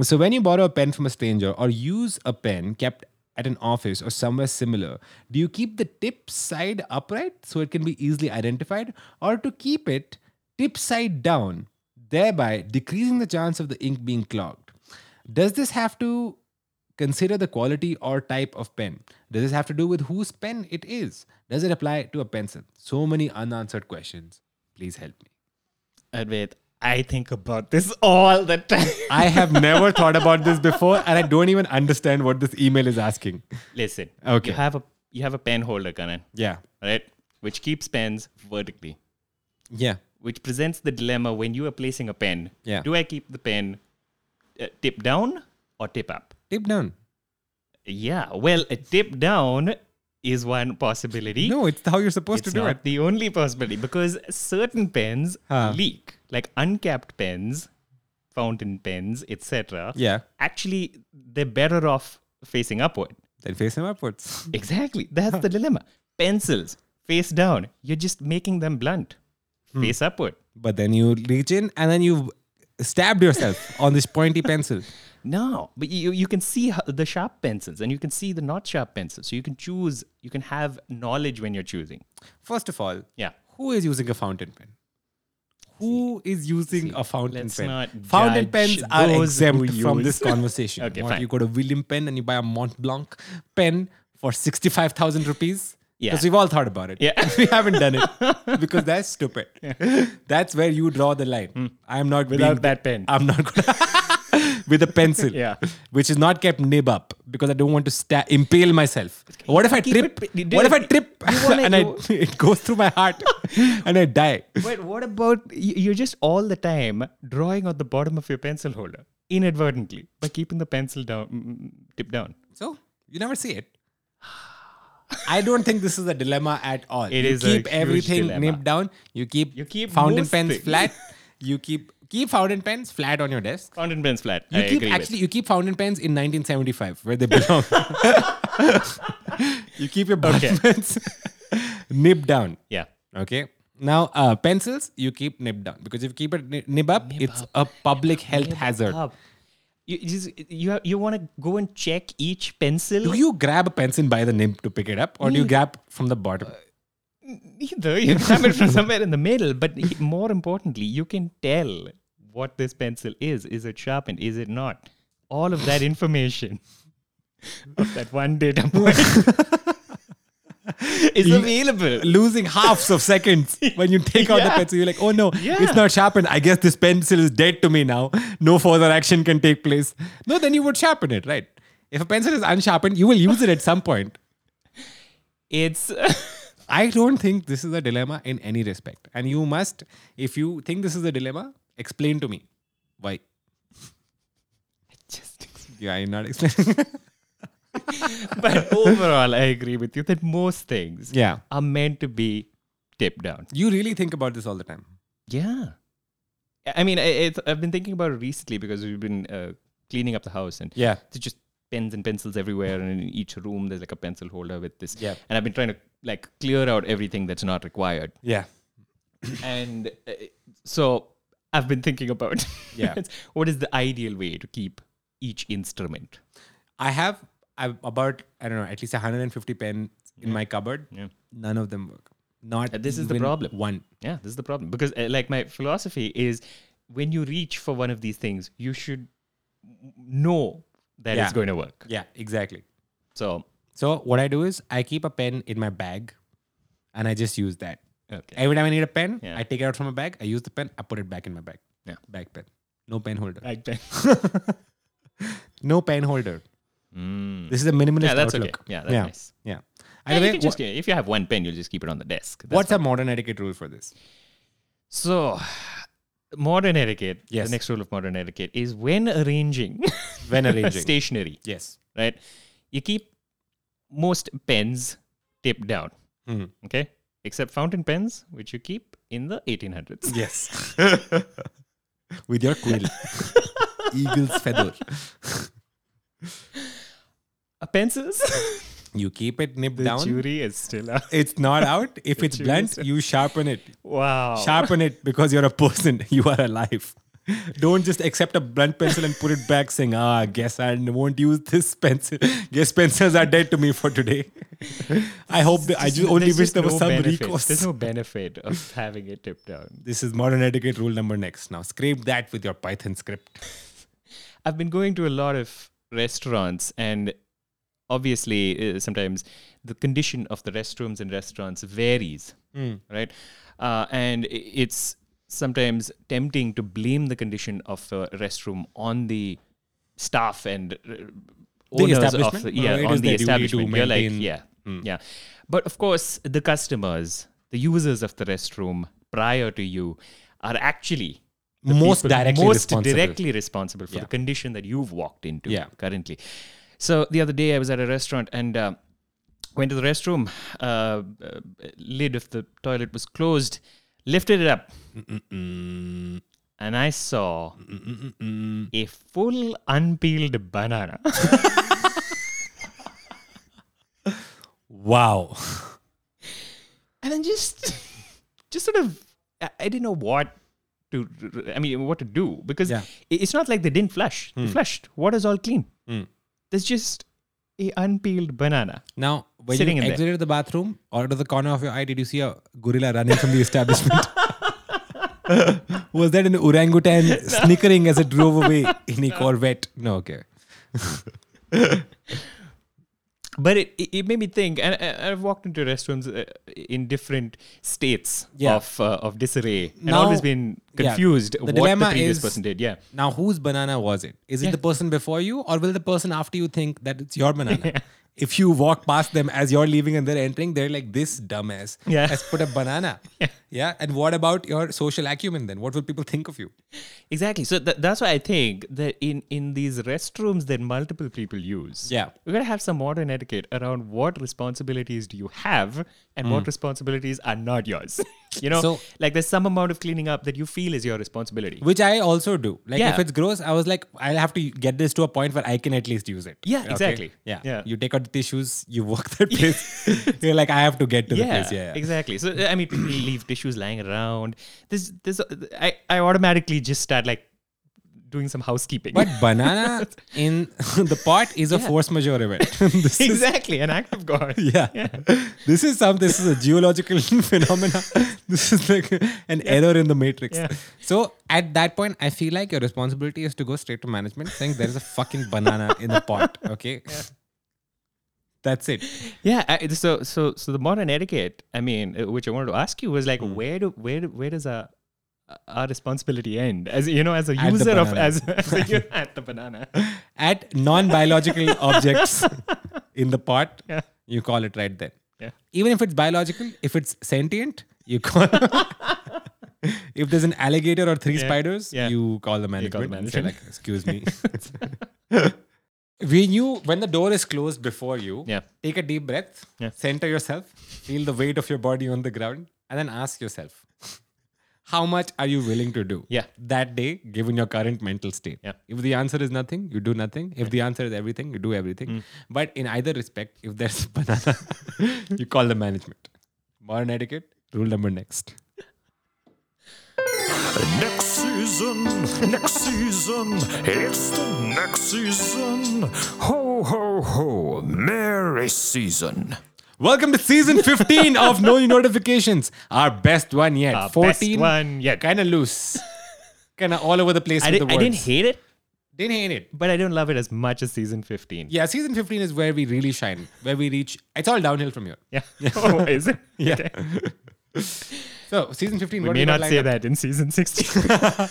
Speaker 4: So, when you borrow a pen from a stranger or use a pen kept at an office or somewhere similar, do you keep the tip side upright so it can be easily identified, or to keep it tip side down, thereby decreasing the chance of the ink being clogged? Does this have to Consider the quality or type of pen. Does this have to do with whose pen it is? Does it apply to a pencil? So many unanswered questions. Please help me.
Speaker 3: Advait, I think about this all the time.
Speaker 4: I have never thought about this before, and I don't even understand what this email is asking.
Speaker 3: Listen.
Speaker 4: Okay.
Speaker 3: You have a you have a pen holder, Kanan,
Speaker 4: Yeah.
Speaker 3: right? Which keeps pens vertically,
Speaker 4: Yeah.
Speaker 3: which presents the dilemma when you are placing a pen.
Speaker 4: Yeah.
Speaker 3: Do I keep the pen uh, tip down or tip up?
Speaker 4: Tip down.
Speaker 3: Yeah. Well, a tip down is one possibility.
Speaker 4: No, it's how you're supposed
Speaker 3: it's
Speaker 4: to do
Speaker 3: not
Speaker 4: it.
Speaker 3: the only possibility because certain pens
Speaker 4: Huh.
Speaker 3: leak, like uncapped pens, fountain pens, etc.
Speaker 4: Yeah.
Speaker 3: Actually, they're better off facing upward.
Speaker 4: Then face them upwards.
Speaker 3: Exactly. That's the dilemma. Pencils, face down. You're just making them blunt.
Speaker 4: Hmm.
Speaker 3: Face upward.
Speaker 4: But then you reach in and then you stabbed yourself on this pointy pencil.
Speaker 3: No, but you, you can see h- the sharp pencils and you can see the not sharp pencils. So you can choose, you can have knowledge when you're choosing.
Speaker 4: First of all,
Speaker 3: Yeah.
Speaker 4: who is using a fountain pen? Who is using a fountain
Speaker 3: let's
Speaker 4: pen?
Speaker 3: not
Speaker 4: fountain
Speaker 3: judge
Speaker 4: pens are
Speaker 3: those who
Speaker 4: exempt from
Speaker 3: use-
Speaker 4: this conversation.
Speaker 3: Okay,
Speaker 4: What,
Speaker 3: fine.
Speaker 4: You go to William Penn and you buy a Mont Blanc pen for sixty-five thousand rupees.
Speaker 3: Yeah.
Speaker 4: Because we've all thought about it.
Speaker 3: Yeah.
Speaker 4: we haven't done it because that's stupid. That's where you draw the line. I'm not
Speaker 3: Hmm. Without
Speaker 4: being-
Speaker 3: that pen.
Speaker 4: I'm not gonna with a pencil.
Speaker 3: Yeah.
Speaker 4: Which is not kept nib up because I don't want to sta- impale myself. What if I
Speaker 3: Keep
Speaker 4: trip?
Speaker 3: it-
Speaker 4: what if I trip
Speaker 3: You wanna-
Speaker 4: and I,
Speaker 3: you-
Speaker 4: it goes through my heart and I die?
Speaker 3: But what about y- you're just all the time drawing on the bottom of your pencil holder inadvertently by keeping the pencil down, mm, tip down?
Speaker 4: So you never see it. I don't think this is a dilemma at all.
Speaker 3: It
Speaker 4: you
Speaker 3: is a
Speaker 4: keep
Speaker 3: huge
Speaker 4: everything
Speaker 3: dilemma.
Speaker 4: nipped down. You keep
Speaker 3: You keep
Speaker 4: fountain
Speaker 3: most
Speaker 4: pens
Speaker 3: things.
Speaker 4: flat. You keep keep fountain pens flat on your desk.
Speaker 3: Fountain pens flat.
Speaker 4: You
Speaker 3: I
Speaker 4: keep
Speaker 3: agree with.
Speaker 4: actually you keep fountain pens in 1975 where they belong. you keep your bottom
Speaker 3: Okay.
Speaker 4: pens nib down.
Speaker 3: Yeah.
Speaker 4: Okay. Now uh, pencils you keep nib down because if you keep it ni- nib up, it's a public health hazard.
Speaker 3: Up. You you just you you want to go and check each pencil.
Speaker 4: Do you grab a pencil by the nib to pick it up, or do you
Speaker 3: Mm.
Speaker 4: grab from the bottom?
Speaker 3: either you grab it from somewhere in the middle, but he- more importantly, you can tell what this pencil is. Is it sharpened? Is it not? All of that information of that one data point is available.
Speaker 4: Losing halves of seconds when you take out the
Speaker 3: Yeah.
Speaker 4: pencil, you're like, oh no,
Speaker 3: Yeah.
Speaker 4: it's not sharpened. I guess this pencil is dead to me now. No further action can take place. No, then you would sharpen it, right? If a pencil is unsharpened, you will use it at some point.
Speaker 3: It's
Speaker 4: I don't think this is a dilemma in any respect. And you must, if you think this is a dilemma, explain to me why.
Speaker 3: just.
Speaker 4: Yeah, you're not explaining.
Speaker 3: But overall, I agree with you that most things
Speaker 4: yeah.
Speaker 3: are meant to be tipped down.
Speaker 4: You really think about this all the time.
Speaker 3: Yeah. I- I mean, I, it's, I've been thinking about it recently because we've been uh, cleaning up the house and
Speaker 4: Yeah.
Speaker 3: there's just pens and pencils everywhere. And in each room, there's like a pencil holder with this.
Speaker 4: Yeah.
Speaker 3: And I've been trying to like clear out everything that's not required.
Speaker 4: Yeah.
Speaker 3: and uh, so I've been thinking about.
Speaker 4: Yeah.
Speaker 3: what is the ideal way to keep each instrument?
Speaker 4: I have I have about I don't know at least 150 pens in my cupboard.
Speaker 3: Yeah.
Speaker 4: None of them work. Not
Speaker 3: And this is the
Speaker 4: even
Speaker 3: problem.
Speaker 4: One.
Speaker 3: Yeah, this is the problem because uh, like my philosophy is when you reach for one of these things, you should know that it's
Speaker 4: Yeah.
Speaker 3: going to work.
Speaker 4: Yeah, exactly.
Speaker 3: So,
Speaker 4: So what I do is I keep a pen in my bag, and I just use that.
Speaker 3: okay.
Speaker 4: Every time I need a pen,
Speaker 3: Yeah.
Speaker 4: I take it out from my bag. I use the pen. I put it back in my bag.
Speaker 3: Yeah.
Speaker 4: Bag pen. No pen holder.
Speaker 3: Like that.
Speaker 4: No pen holder.
Speaker 3: Mm.
Speaker 4: This is a minimalist
Speaker 3: Yeah, that's okay.
Speaker 4: outlook.
Speaker 3: Yeah, that's
Speaker 4: yeah.
Speaker 3: nice.
Speaker 4: Yeah.
Speaker 3: Yeah,
Speaker 4: Either
Speaker 3: you
Speaker 4: way,
Speaker 3: can just,
Speaker 4: wha-
Speaker 3: if you have one pen, you'll just keep it on the desk. That's
Speaker 4: what's a modern etiquette rule for this?
Speaker 3: So, modern etiquette,
Speaker 4: Yes.
Speaker 3: the next rule of modern etiquette is when arranging
Speaker 4: When arranging.
Speaker 3: stationery,
Speaker 4: yes.
Speaker 3: right? You keep most pens taped down,
Speaker 4: Mhm.
Speaker 3: okay? Except fountain pens, which you keep in the 1800s.
Speaker 4: Yes. With your quill. Eagle's feather.
Speaker 3: Uh, pencils,
Speaker 4: You keep it nipped
Speaker 3: the
Speaker 4: down.
Speaker 3: jury is still out.
Speaker 4: It's not out. If it's
Speaker 3: jury
Speaker 4: blunt,
Speaker 3: said- Oh.
Speaker 4: you sharpen it.
Speaker 3: Wow.
Speaker 4: Sharpen it because you're a person. You are alive. Don't just accept a blunt pencil and put it back saying, ah, guess I won't use this pencil. Guess pencils are dead to me for today. I hope that I
Speaker 3: Just-
Speaker 4: just only
Speaker 3: there's
Speaker 4: wish
Speaker 3: just
Speaker 4: there was
Speaker 3: no
Speaker 4: some
Speaker 3: benefit.
Speaker 4: recourse.
Speaker 3: There's no benefit of having it taped down.
Speaker 4: This is modern etiquette rule number next. Now scrape that with your Python script.
Speaker 3: I've been going to a lot of restaurants, and obviously, uh, sometimes the condition of the restrooms and restaurants varies,
Speaker 4: Hmm.
Speaker 3: right? Uh, and i- it's sometimes tempting to blame the condition of a restroom on the staff and uh, owners of
Speaker 4: establishment?
Speaker 3: the,
Speaker 4: Uh,
Speaker 3: yeah
Speaker 4: it
Speaker 3: on
Speaker 4: is
Speaker 3: the
Speaker 4: their duty to
Speaker 3: establishment. You're like,
Speaker 4: maintain- Hmm.
Speaker 3: yeah, yeah. But of course, the customers, the users of the restroom prior to you, are actually the
Speaker 4: Most
Speaker 3: people
Speaker 4: directly
Speaker 3: most
Speaker 4: responsible.
Speaker 3: directly responsible for the
Speaker 4: Yeah.
Speaker 3: condition that you've walked into
Speaker 4: Yeah.
Speaker 3: currently. So the other day I was at a restaurant and uh, went to the restroom. Uh, uh, lid of the toilet was closed. Lifted it up, and I saw a full unpeeled banana.
Speaker 4: Wow.
Speaker 3: and then just just sort of I, I didn't know what to I mean what to do because
Speaker 4: Yeah. Hmm.
Speaker 3: i- it's not like they didn't flush they flushed water's all clean there's just a unpeeled banana
Speaker 4: Now, when
Speaker 3: Sitting
Speaker 4: you
Speaker 3: in there.
Speaker 4: exited the bathroom or to the corner of your eye, did you see a gorilla running from the establishment? Was that an orangutan snickering as it drove away in a Corvette? No, okay.
Speaker 3: but it, it, it made me think and, I I've walked into restaurants uh, in different states
Speaker 4: Yeah.
Speaker 3: of uh, of disarray and
Speaker 4: Now-
Speaker 3: always been
Speaker 4: yeah.
Speaker 3: confused
Speaker 4: The
Speaker 3: what the
Speaker 4: dilemma
Speaker 3: previous
Speaker 4: is-
Speaker 3: person did yeah
Speaker 4: Now, whose banana was it? Is it
Speaker 3: Yeah.
Speaker 4: the person before you, or will the person after you think that it's your banana? If you walk past them as you're leaving and they're entering, they're like, this dumbass
Speaker 3: Yeah.
Speaker 4: has put a banana. yeah. And what about your social acumen then? What will people think of you?
Speaker 3: Exactly. So tha that's why I think that in in these restrooms that multiple people use,
Speaker 4: Yeah.
Speaker 3: we're gonna have some modern etiquette around what responsibilities do you have and what responsibilities are not yours. you know,
Speaker 4: Mm. So-
Speaker 3: like there's some amount of cleaning up that you feel is your responsibility.
Speaker 4: Which I also do. Like,
Speaker 3: Yeah.
Speaker 4: if it's gross, I was like, I'll have to get this to a point where I can at least use it.
Speaker 3: Yeah,
Speaker 4: Okay?
Speaker 3: exactly.
Speaker 4: Yeah.
Speaker 3: Yeah.
Speaker 4: You take out the tissues, you walk that place. You're like, I have to get to the
Speaker 3: yeah,
Speaker 4: place. Yeah. yeah.
Speaker 3: exactly. So I mean, people leave tissues lying around. This this I I automatically just start like doing some housekeeping.
Speaker 4: But banana in the pot is a force majeure event. This is-
Speaker 3: exactly, an act of God.
Speaker 4: Yeah. This is some this is a geological phenomena. This is like an error in the matrix.
Speaker 3: Yeah.
Speaker 4: So at that point, I feel like your responsibility is to go straight to management saying there is a fucking banana in the pot. Okay. That's it.
Speaker 3: Yeah. I, so so so the modern etiquette. I mean, uh, which I wanted to ask you was like,
Speaker 4: Hmm.
Speaker 3: where do where do- where does our our responsibility end as you know as a
Speaker 4: At the
Speaker 3: user of
Speaker 4: banana.
Speaker 3: as, as a, u- at the banana
Speaker 4: At non-biological objects in the pot,
Speaker 3: Yeah.
Speaker 4: you call it right then.
Speaker 3: Yeah.
Speaker 4: Even if it's biological, if it's sentient, you call If there's an alligator or three
Speaker 3: Yeah.
Speaker 4: spiders,
Speaker 3: Yeah.
Speaker 4: you call the
Speaker 3: You
Speaker 4: management.
Speaker 3: call the
Speaker 4: and say,
Speaker 3: management.
Speaker 4: like, Excuse me. when you when the door is closed before you
Speaker 3: Yeah.
Speaker 4: take a deep breath
Speaker 3: Yeah.
Speaker 4: center yourself feel the weight of your body on the ground and then ask yourself how much are you willing to do
Speaker 3: Yeah.
Speaker 4: that day given your current mental state
Speaker 3: Yeah.
Speaker 4: if the answer is nothing you do nothing if the answer is everything you do everything
Speaker 3: Mm.
Speaker 4: but in either respect if there's a banana you call the management modern etiquette rule number next
Speaker 6: Next season.
Speaker 7: season, next season, it's the next season. Ho, ho, ho, merry season.
Speaker 4: Welcome to season 15 of No New Notifications, our best one yet.
Speaker 3: Our best
Speaker 4: 14,
Speaker 3: one yet.
Speaker 4: Kind of loose, kind of all over the place
Speaker 3: I,
Speaker 4: with
Speaker 3: did,
Speaker 4: the
Speaker 3: I
Speaker 4: words.
Speaker 3: didn't hate it,
Speaker 4: Didn't hate it.
Speaker 3: but I don't love it as much as season 15.
Speaker 4: Yeah, season 15 is where we really shine, where we reach. It's all downhill from here.
Speaker 3: Yeah. oh, is it?
Speaker 4: Yeah.
Speaker 3: Okay.
Speaker 4: So, season 15,
Speaker 3: We
Speaker 4: what do
Speaker 3: may
Speaker 4: you got
Speaker 3: not
Speaker 4: lined
Speaker 3: say
Speaker 4: up?
Speaker 3: that in season 16.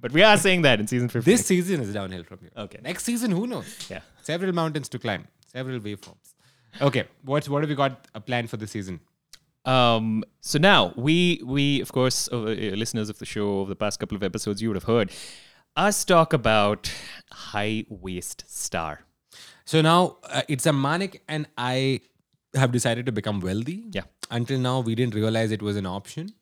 Speaker 3: but we are saying that in season 15.
Speaker 4: This season is downhill from here.
Speaker 3: Okay.
Speaker 4: Next season, who knows?
Speaker 3: Yeah.
Speaker 4: Several mountains to climb, several waveforms. Okay, what's what have we got a plan for the season?
Speaker 3: Um, so now we we of course uh, uh, listeners of the show over the past couple of episodes you would have heard us talk about high waist star.
Speaker 4: So now uh, it's a manic, and I have decided to become wealthy.
Speaker 3: Yeah.
Speaker 4: Until now, we didn't realize it was an option.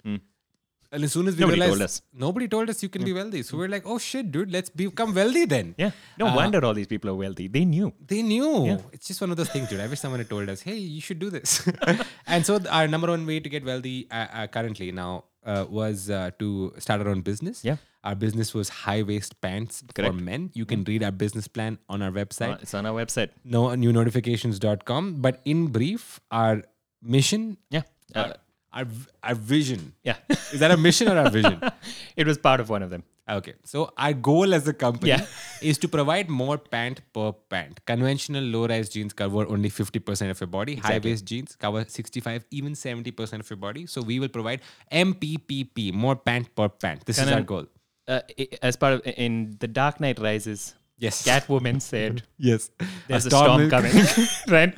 Speaker 4: And as soon as we
Speaker 3: Nobody
Speaker 4: realized
Speaker 3: told us.
Speaker 4: Hmm. nobody told us you can be wealthy, so we're like, oh shit, dude, let's become wealthy then.
Speaker 3: Yeah, no wonder all these people are wealthy. They knew.
Speaker 4: They knew. It's just one of those things, dude. I wish someone had told us, hey, you should do this. and so, th- our number one way to get wealthy uh, uh, currently now uh, was uh, to start our own business.
Speaker 3: Yeah.
Speaker 4: Our business was high waist pants
Speaker 3: Correct.
Speaker 4: for men. You can read our business plan on our
Speaker 3: Uh,
Speaker 4: website,
Speaker 3: it's on our website.
Speaker 4: no new notifications.com. But in brief, our mission,
Speaker 3: Yeah, uh,
Speaker 4: our, our, v- our vision.
Speaker 3: yeah.
Speaker 4: Is that a mission or our vision?
Speaker 3: it was part of one of them.
Speaker 4: Okay. So our goal as a company
Speaker 3: Yeah.
Speaker 4: is to provide more pant per pant. Conventional low-rise jeans cover only 50% of your body. High-waist jeans cover 65, even 70% of your body. So we will provide MPPP, more pant per pant. This is
Speaker 3: Kanan-
Speaker 4: our goal.
Speaker 3: Uh, i- as part of in the Dark Knight Rises,
Speaker 4: Yes.
Speaker 3: Catwoman said.
Speaker 4: Yes.
Speaker 3: There's a storm, coming, right?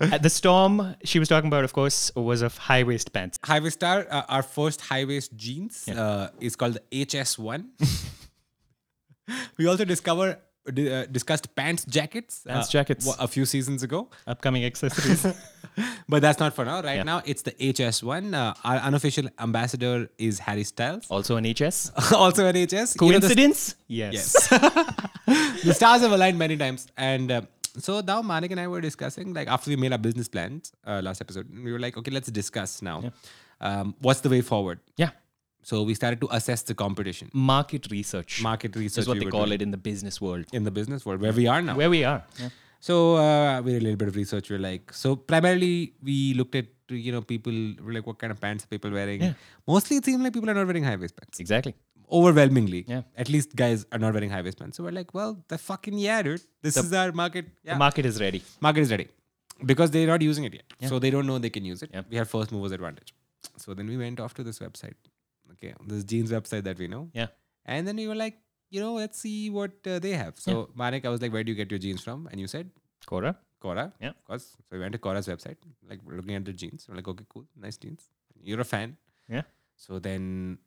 Speaker 3: Uh, the storm she was talking about, of course, was of high waist pants.
Speaker 4: Highway Star, uh, our first high waist jeans uh, is called the HS1. we also discover di- uh, discussed pants jackets.
Speaker 3: Pants
Speaker 4: uh,
Speaker 3: jackets.
Speaker 4: wa- a few seasons ago.
Speaker 3: Upcoming accessories.
Speaker 4: But that's not for now. Right
Speaker 3: Yeah.
Speaker 4: now, it's the HS1. Uh, our unofficial ambassador is Harry Styles,
Speaker 3: also an HS.
Speaker 4: also an HS. You know,
Speaker 3: Oh.
Speaker 4: the-
Speaker 3: Coincidence? yes.
Speaker 4: the stars have aligned many times. And uh, so now Manik and I were discussing, like after we made our business plans uh, last episode, we were like, okay, let's discuss now. Um, what's the way forward?
Speaker 3: Yeah.
Speaker 4: So we started to assess the competition,
Speaker 3: Market research.
Speaker 4: market research.
Speaker 3: is what
Speaker 4: we
Speaker 3: they
Speaker 4: were
Speaker 3: call
Speaker 4: doing
Speaker 3: it in the business world.
Speaker 4: in the business world, where we are now.
Speaker 3: Where we are. Yeah.
Speaker 4: So uh, we did a little bit of research. We're like, so primarily we looked at you know people we're like what kind of pants are people wearing. Mostly it seemed like people are not wearing high waist pants.
Speaker 3: Exactly.
Speaker 4: Overwhelmingly,
Speaker 3: Yeah.
Speaker 4: At least guys are not wearing high waist pants. So we're like, well, the fucking yeah, dude. This is our market. Yeah.
Speaker 3: The market is ready.
Speaker 4: market is ready because they're not using it yet. So they don't know they can use it.
Speaker 3: Yeah.
Speaker 4: We have first movers advantage. So then we went off to this website. Okay, this jeans website that we know.
Speaker 3: Yeah.
Speaker 4: And then we were like, you know, let's see what uh, they have. So Manik, I was like, where do you get your jeans from? And you said
Speaker 3: Cora.
Speaker 4: Cora.
Speaker 3: Yeah.
Speaker 4: Of course. So we went to Cora's website, like we're looking at the jeans. We're like, okay, cool, nice jeans. You're a fan.
Speaker 3: Yeah.
Speaker 4: So then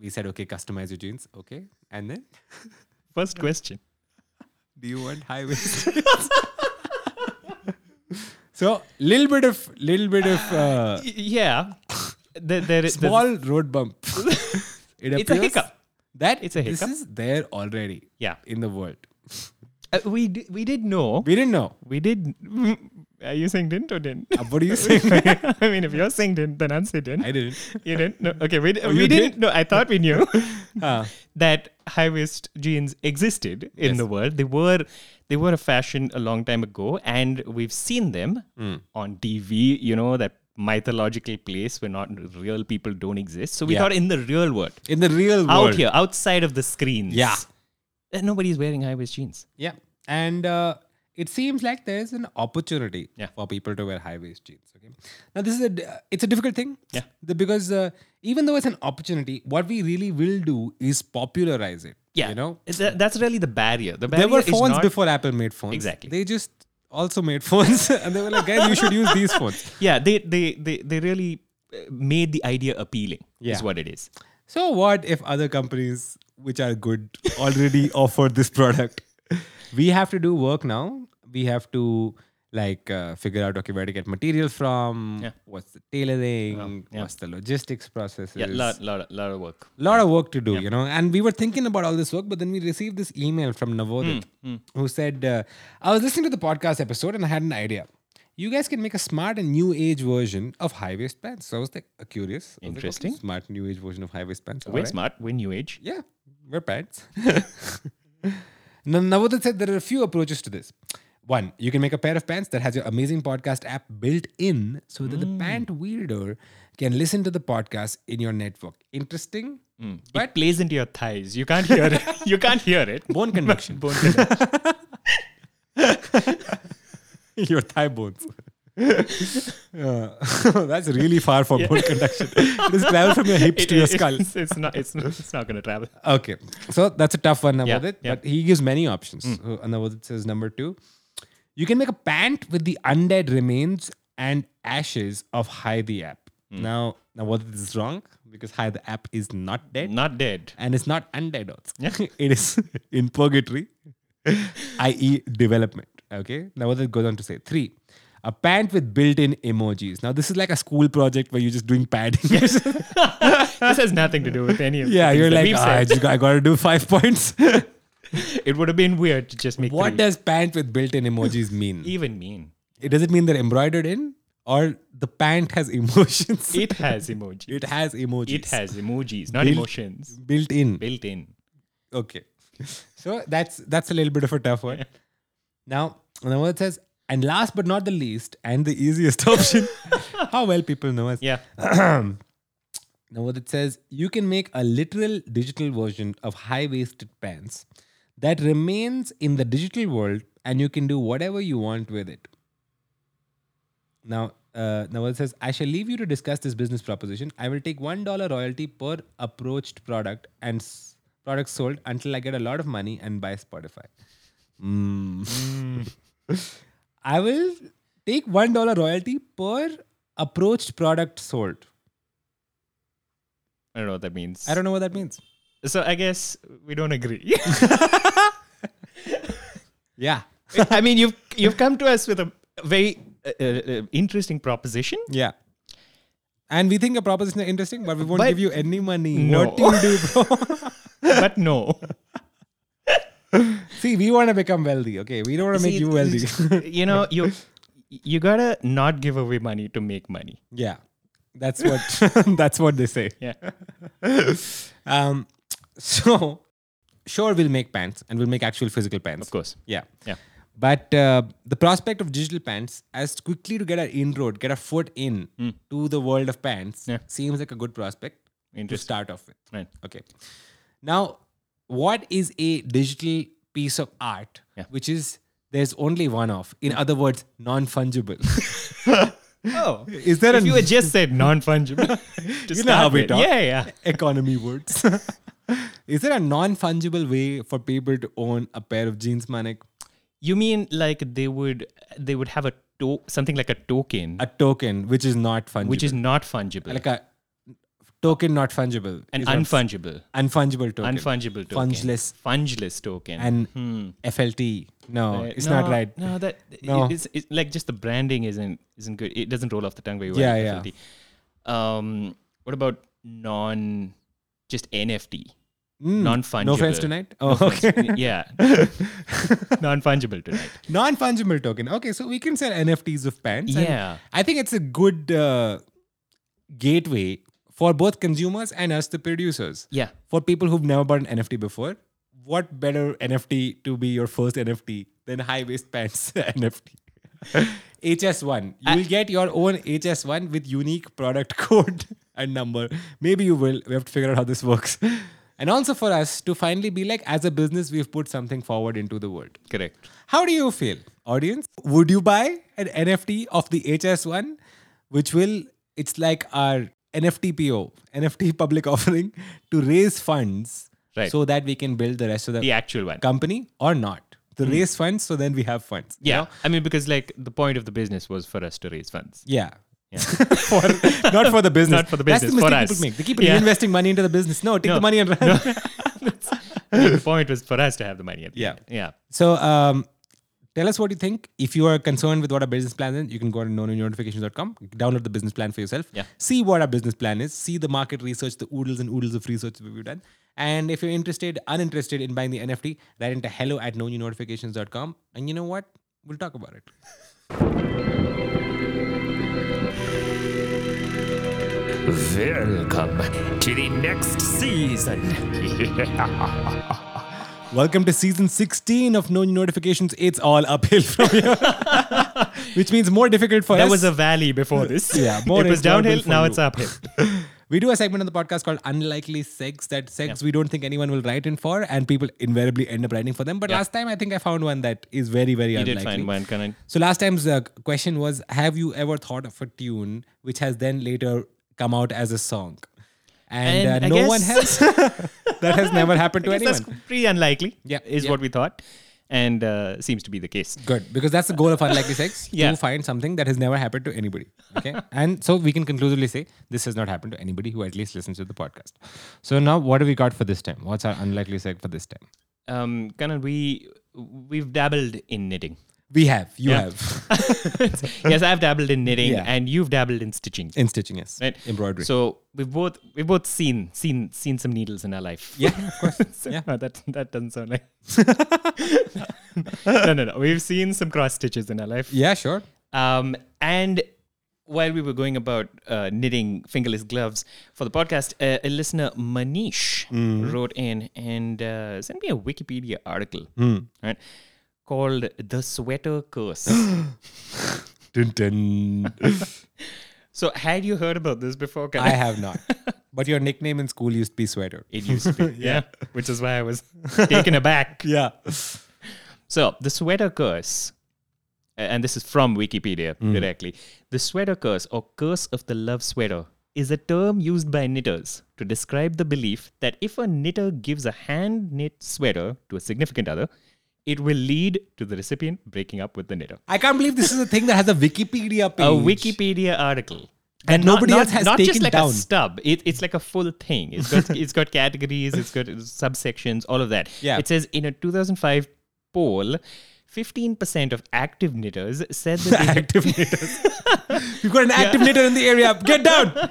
Speaker 4: we said, okay, customize your jeans. Okay. And then
Speaker 3: First question.
Speaker 4: do you want high waist? so little bit of little bit of uh,
Speaker 3: Y- Yeah. there, there is there's-
Speaker 4: small road bump. it
Speaker 3: It's a
Speaker 4: appears
Speaker 3: hiccup.
Speaker 4: That
Speaker 3: It's a hiccup.
Speaker 4: This is there already.
Speaker 3: Yeah.
Speaker 4: In the world,
Speaker 3: Uh, we d- we did know.
Speaker 4: we didn't know.
Speaker 3: We did. mm, Are you saying didn't or didn't?
Speaker 4: Uh, What do you say?
Speaker 3: I mean, if you're saying didn't, then I'm saying didn't.
Speaker 4: I didn't.
Speaker 3: You didn't? No. Okay. We, d-
Speaker 4: Oh, you
Speaker 3: we didn't.
Speaker 4: did?
Speaker 3: know. I thought we knew
Speaker 4: Ah.
Speaker 3: that high waist jeans existed in the world. They were they were a fashion a long time ago, and we've seen them
Speaker 4: Hmm.
Speaker 3: on TV. You know that mythological place where not real people don't exist. So we
Speaker 4: Yeah.
Speaker 3: thought in the real world,
Speaker 4: In the real world,
Speaker 3: out here, outside of the screens.
Speaker 4: Yeah.
Speaker 3: that nobody's wearing high waist jeans.
Speaker 4: Yeah. And uh, it seems like there's an opportunity
Speaker 3: Yeah.
Speaker 4: for people to wear high waist jeans. Okay. Now, this is a, d- uh, it's a difficult thing.
Speaker 3: Yeah.
Speaker 4: The- because uh, even though it's an opportunity, what we really will do is popularize it.
Speaker 3: Yeah,
Speaker 4: You know,
Speaker 3: It's a- that's really the barrier. The barrier
Speaker 4: there were
Speaker 3: is
Speaker 4: phones
Speaker 3: not-
Speaker 4: before Apple made phones.
Speaker 3: Exactly.
Speaker 4: They just also made phones. and they were like, guys, you should use these phones.
Speaker 3: Yeah, they they they they really uh, made the idea appealing.
Speaker 4: Yeah.
Speaker 3: Is what it is.
Speaker 4: So, what if other companies, which are good, already offer this product? We have to do work now. We have to like uh, figure out okay where to get material from.
Speaker 3: Yeah.
Speaker 4: What's the tailoring?
Speaker 3: yeah.
Speaker 4: What's the logistics processes?
Speaker 3: Yeah, lot lot lot of work.
Speaker 4: lot of work to do, you know. And we were thinking about all this work, but then we received this email from Navodit
Speaker 3: Mm,
Speaker 4: who said, uh, I was listening to the podcast episode and I had an idea. You guys can make a smart and new age version of high waist pants. So I was like, uh, curious. I was like, okay,
Speaker 3: Interesting.
Speaker 4: smart new age version of high waist pants.
Speaker 3: We're
Speaker 4: alright.
Speaker 3: smart. We're new age.
Speaker 4: Yeah. wear pants. Now, Navodit said there are a few approaches to this. One, you can make a pair of pants that has your amazing podcast app built in so that
Speaker 3: Mm.
Speaker 4: the pant wielder can listen to the podcast in your network. Interesting?
Speaker 3: Mm. It plays into your thighs. You can't hear it. You can't hear it.
Speaker 4: Bone connection.
Speaker 3: Bone connection.
Speaker 4: your thigh bones. Yeah. that's really far for bone conduction. Just travel from your hips
Speaker 3: It-
Speaker 4: to your
Speaker 3: it-
Speaker 4: skull.
Speaker 3: It's, it's not. It's, it's not going to travel.
Speaker 4: Okay, so that's a tough one, Navodit.
Speaker 3: yeah. Hmm.
Speaker 4: But he gives many options. So Navodit says number two, you can make a pant with the undead remains and ashes of Hi the app.
Speaker 3: Hmm.
Speaker 4: Now, Navodit is wrong because Hi the app is not dead
Speaker 3: Not dead.
Speaker 4: and it's not undead also.
Speaker 3: Yeah.
Speaker 4: it is in purgatory, i.e., development. Okay. Now, what it goes on to say three, a pant with built in emojis. Now, this is like a school project where you're just doing padding.
Speaker 3: This has nothing to do with any of. the
Speaker 4: yeah,
Speaker 3: things
Speaker 4: you're
Speaker 3: that
Speaker 4: like,
Speaker 3: we've
Speaker 4: "Ah, I,
Speaker 3: said.
Speaker 4: just got, I got to do five points.
Speaker 3: it would have been weird to just make.
Speaker 4: what
Speaker 3: three.
Speaker 4: does pant with built in emojis mean?
Speaker 3: even mean?
Speaker 4: It does it mean they're embroidered in or the pant has emotions?
Speaker 3: It has emojis.
Speaker 4: It has emojis.
Speaker 3: It has emojis, not
Speaker 4: Built-
Speaker 3: emotions.
Speaker 4: built in.
Speaker 3: Built in.
Speaker 4: Okay. So that's that's a little bit of a tough one. Now, another one says, and last but not the least, and the easiest option. how well people know us.
Speaker 3: Yeah.
Speaker 4: Now, what it says, you can make a literal digital version of high waisted pants that remains in the digital world and you can do whatever you want with it. Now, uh, Nawal says, I shall leave you to discuss this business proposition. I will take $1 royalty per approached product and s- product sold until I get a lot of money and buy Spotify. Hmm. I will take $1 royalty per approached product sold.
Speaker 3: I don't know what that means.
Speaker 4: I don't know what that means.
Speaker 3: So I guess we don't agree.
Speaker 4: Yeah.
Speaker 3: I mean, you've you've come to us with a very uh, uh, interesting proposition.
Speaker 4: Yeah. And we think a proposition is interesting, but we won't
Speaker 3: But-
Speaker 4: give you any money.
Speaker 3: No.
Speaker 4: What do you do, bro?
Speaker 3: but no.
Speaker 4: See, we want to become wealthy, okay? We don't want to make
Speaker 3: See,
Speaker 4: you wealthy.
Speaker 3: you know, you you gotta not give away money to make money.
Speaker 4: yeah. That's what that's what they say.
Speaker 3: Yeah.
Speaker 4: Um so sure we'll make pants and we'll make actual physical pants.
Speaker 3: Of course.
Speaker 4: Yeah.
Speaker 3: Yeah.
Speaker 4: But uh, the prospect of digital pants as quickly to get an inroad, get a foot in to the world of pants
Speaker 3: Hmm. Yeah.
Speaker 4: seems like a good prospect to
Speaker 3: Interesting.
Speaker 4: start off with.
Speaker 3: Right.
Speaker 4: Okay. Now, what is a digital piece of art,
Speaker 3: Yeah.
Speaker 4: which is there's only one of? In other words, non fungible.
Speaker 3: Oh.
Speaker 4: is there
Speaker 3: If you
Speaker 4: an
Speaker 3: had just said non fungible,
Speaker 4: You know how we talk.
Speaker 3: Yeah, yeah.
Speaker 4: economy words? is there a non fungible way for people to own a pair of jeans, Manik?
Speaker 3: You mean like they would they would have a to- something like a token,
Speaker 4: A token which is not fungible,
Speaker 3: which is not fungible,
Speaker 4: like a token not fungible,
Speaker 3: an
Speaker 4: is what-
Speaker 3: unfungible,
Speaker 4: unfungible token,
Speaker 3: unfungible token,
Speaker 4: Fungeless.
Speaker 3: fungeless token,
Speaker 4: and FLT. No,
Speaker 3: Uh,
Speaker 4: it's
Speaker 3: no,
Speaker 4: not right.
Speaker 3: No, that
Speaker 4: No.
Speaker 3: It's, it's like just the branding isn't isn't good. It doesn't roll off the tongue very well.
Speaker 4: Yeah,
Speaker 3: FLT. Um, what about non, just NFT, non fungible.
Speaker 4: Hmm. No friends tonight. Oh, okay.
Speaker 3: yeah, non fungible tonight.
Speaker 4: Non fungible token. Okay, so we can sell NFTs of pants. and
Speaker 3: Yeah.
Speaker 4: I think it's a good uh, gateway for both consumers and us, the producers.
Speaker 3: Yeah.
Speaker 4: For people who've never bought an NFT before, what better NFT to be your first NFT than high waist pants NFT? HS1. You will get your own HS1 with unique product code and number. Maybe you will. We have to figure out how this works. And also for us to finally be like, as a business, we've put something forward into the world.
Speaker 3: Correct.
Speaker 4: How do you feel, audience? Would you buy an NFT of the HS1, which will, it's like our NFTPO, NFT public offering, to raise funds
Speaker 3: Right.
Speaker 4: so that we can build the rest of the
Speaker 3: The actual one.
Speaker 4: company or not? To
Speaker 3: Hmm.
Speaker 4: raise funds so then we have funds. you
Speaker 3: yeah.
Speaker 4: know?
Speaker 3: I mean, because like the point of the business was for us to raise funds.
Speaker 4: Yeah. for, not for the business.
Speaker 3: Not for the
Speaker 4: That's
Speaker 3: business, for
Speaker 4: the mistake
Speaker 3: us.
Speaker 4: people make. They keep
Speaker 3: Yeah.
Speaker 4: reinvesting money into the business. No, take
Speaker 3: No,
Speaker 4: the money and run.
Speaker 3: I mean, the point was for us to have the money. At the
Speaker 4: Yeah.
Speaker 3: end. Yeah.
Speaker 4: So um, tell us what you think. If you are concerned with what our business plan is, you can go to notifications.com, download the business plan for yourself,
Speaker 3: Yeah.
Speaker 4: see what our business plan is, see the market research, the oodles and oodles of research that we've done. And if you're interested, uninterested in buying the NFT, write into hello at notifications.com. And you know what? We'll talk about it.
Speaker 7: Welcome to the next season.
Speaker 4: Welcome to season 16 of No New Notifications. It's all uphill from here, which means more difficult for
Speaker 3: That
Speaker 4: us.
Speaker 3: was a valley before this.
Speaker 4: Yeah, more
Speaker 3: it was
Speaker 4: is not
Speaker 3: downhill.
Speaker 4: good for
Speaker 3: Now
Speaker 4: you.
Speaker 3: it's uphill.
Speaker 4: we do a segment on the podcast called Unlikely Sex. That sex we don't think anyone will write in for, and people invariably end up writing for them. But
Speaker 3: Yeah.
Speaker 4: last time, I think I found one that is very, very
Speaker 3: You
Speaker 4: unlikely.
Speaker 3: did find one, Kanan.
Speaker 4: So last time's uh, question was: Have you ever thought of a tune which has then later come out as a song? And,
Speaker 3: And
Speaker 4: uh,
Speaker 3: I
Speaker 4: no one has.
Speaker 3: guess-
Speaker 4: that has never happened to
Speaker 3: I guess
Speaker 4: anyone.
Speaker 3: that's pretty unlikely.
Speaker 4: Yeah,
Speaker 3: is
Speaker 4: yeah.
Speaker 3: what we thought, and uh, seems to be the case.
Speaker 4: Good, because that's the goal of unlikely sex.
Speaker 3: Yeah.
Speaker 4: To find something that has never happened to anybody. Okay. and so we can conclusively say this has not happened to anybody who at least listens to the podcast. So now what do we got for this time? What's our unlikely sex for this time?
Speaker 3: Um, Kanan, we we've dabbled in knitting.
Speaker 4: We have. You
Speaker 3: Yeah.
Speaker 4: have.
Speaker 3: yes, I've dabbled in knitting,
Speaker 4: Yeah.
Speaker 3: and you've dabbled in stitching.
Speaker 4: In stitching, yes.
Speaker 3: Right.
Speaker 4: Embroidery.
Speaker 3: So we've both we've both seen seen seen some needles in our life.
Speaker 4: yeah, of course.
Speaker 3: So-
Speaker 4: Yeah.
Speaker 3: no, that that doesn't sound like. no, no, no. We've seen some cross stitches in our life.
Speaker 4: Yeah, sure.
Speaker 3: Um, and while we were going about uh, knitting fingerless gloves for the podcast, uh, a listener, Manish,
Speaker 4: Mm-hmm.
Speaker 3: wrote in and uh, sent me a Wikipedia article
Speaker 4: Mm.
Speaker 3: right, called The Sweater Curse.
Speaker 4: Dun, dun.
Speaker 3: so, had you heard about this before? Karan?
Speaker 4: I have not. But your nickname in school used to be sweater.
Speaker 3: It used to be, yeah. Which is why I was taken aback.
Speaker 4: Yeah.
Speaker 3: So, the sweater curse, a- and this is from Wikipedia directly the sweater curse or curse of the love sweater is a term used by knitters to describe the belief that if a knitter gives a hand knit sweater to a significant other, it will lead to the recipient breaking up with the knitter.
Speaker 4: I can't believe this is a thing that has a Wikipedia page.
Speaker 3: A Wikipedia article.
Speaker 4: And
Speaker 3: not-
Speaker 4: nobody
Speaker 3: not,
Speaker 4: else has
Speaker 3: not
Speaker 4: taken
Speaker 3: just like
Speaker 4: down.
Speaker 3: a stub. It, it's like a full thing. It's got it's got categories. It's got subsections. All of that.
Speaker 4: Yeah.
Speaker 3: It says in a 2005 poll, 15% of active knitters said that they
Speaker 4: active knitters. You've got an active knitter in the area. Get down.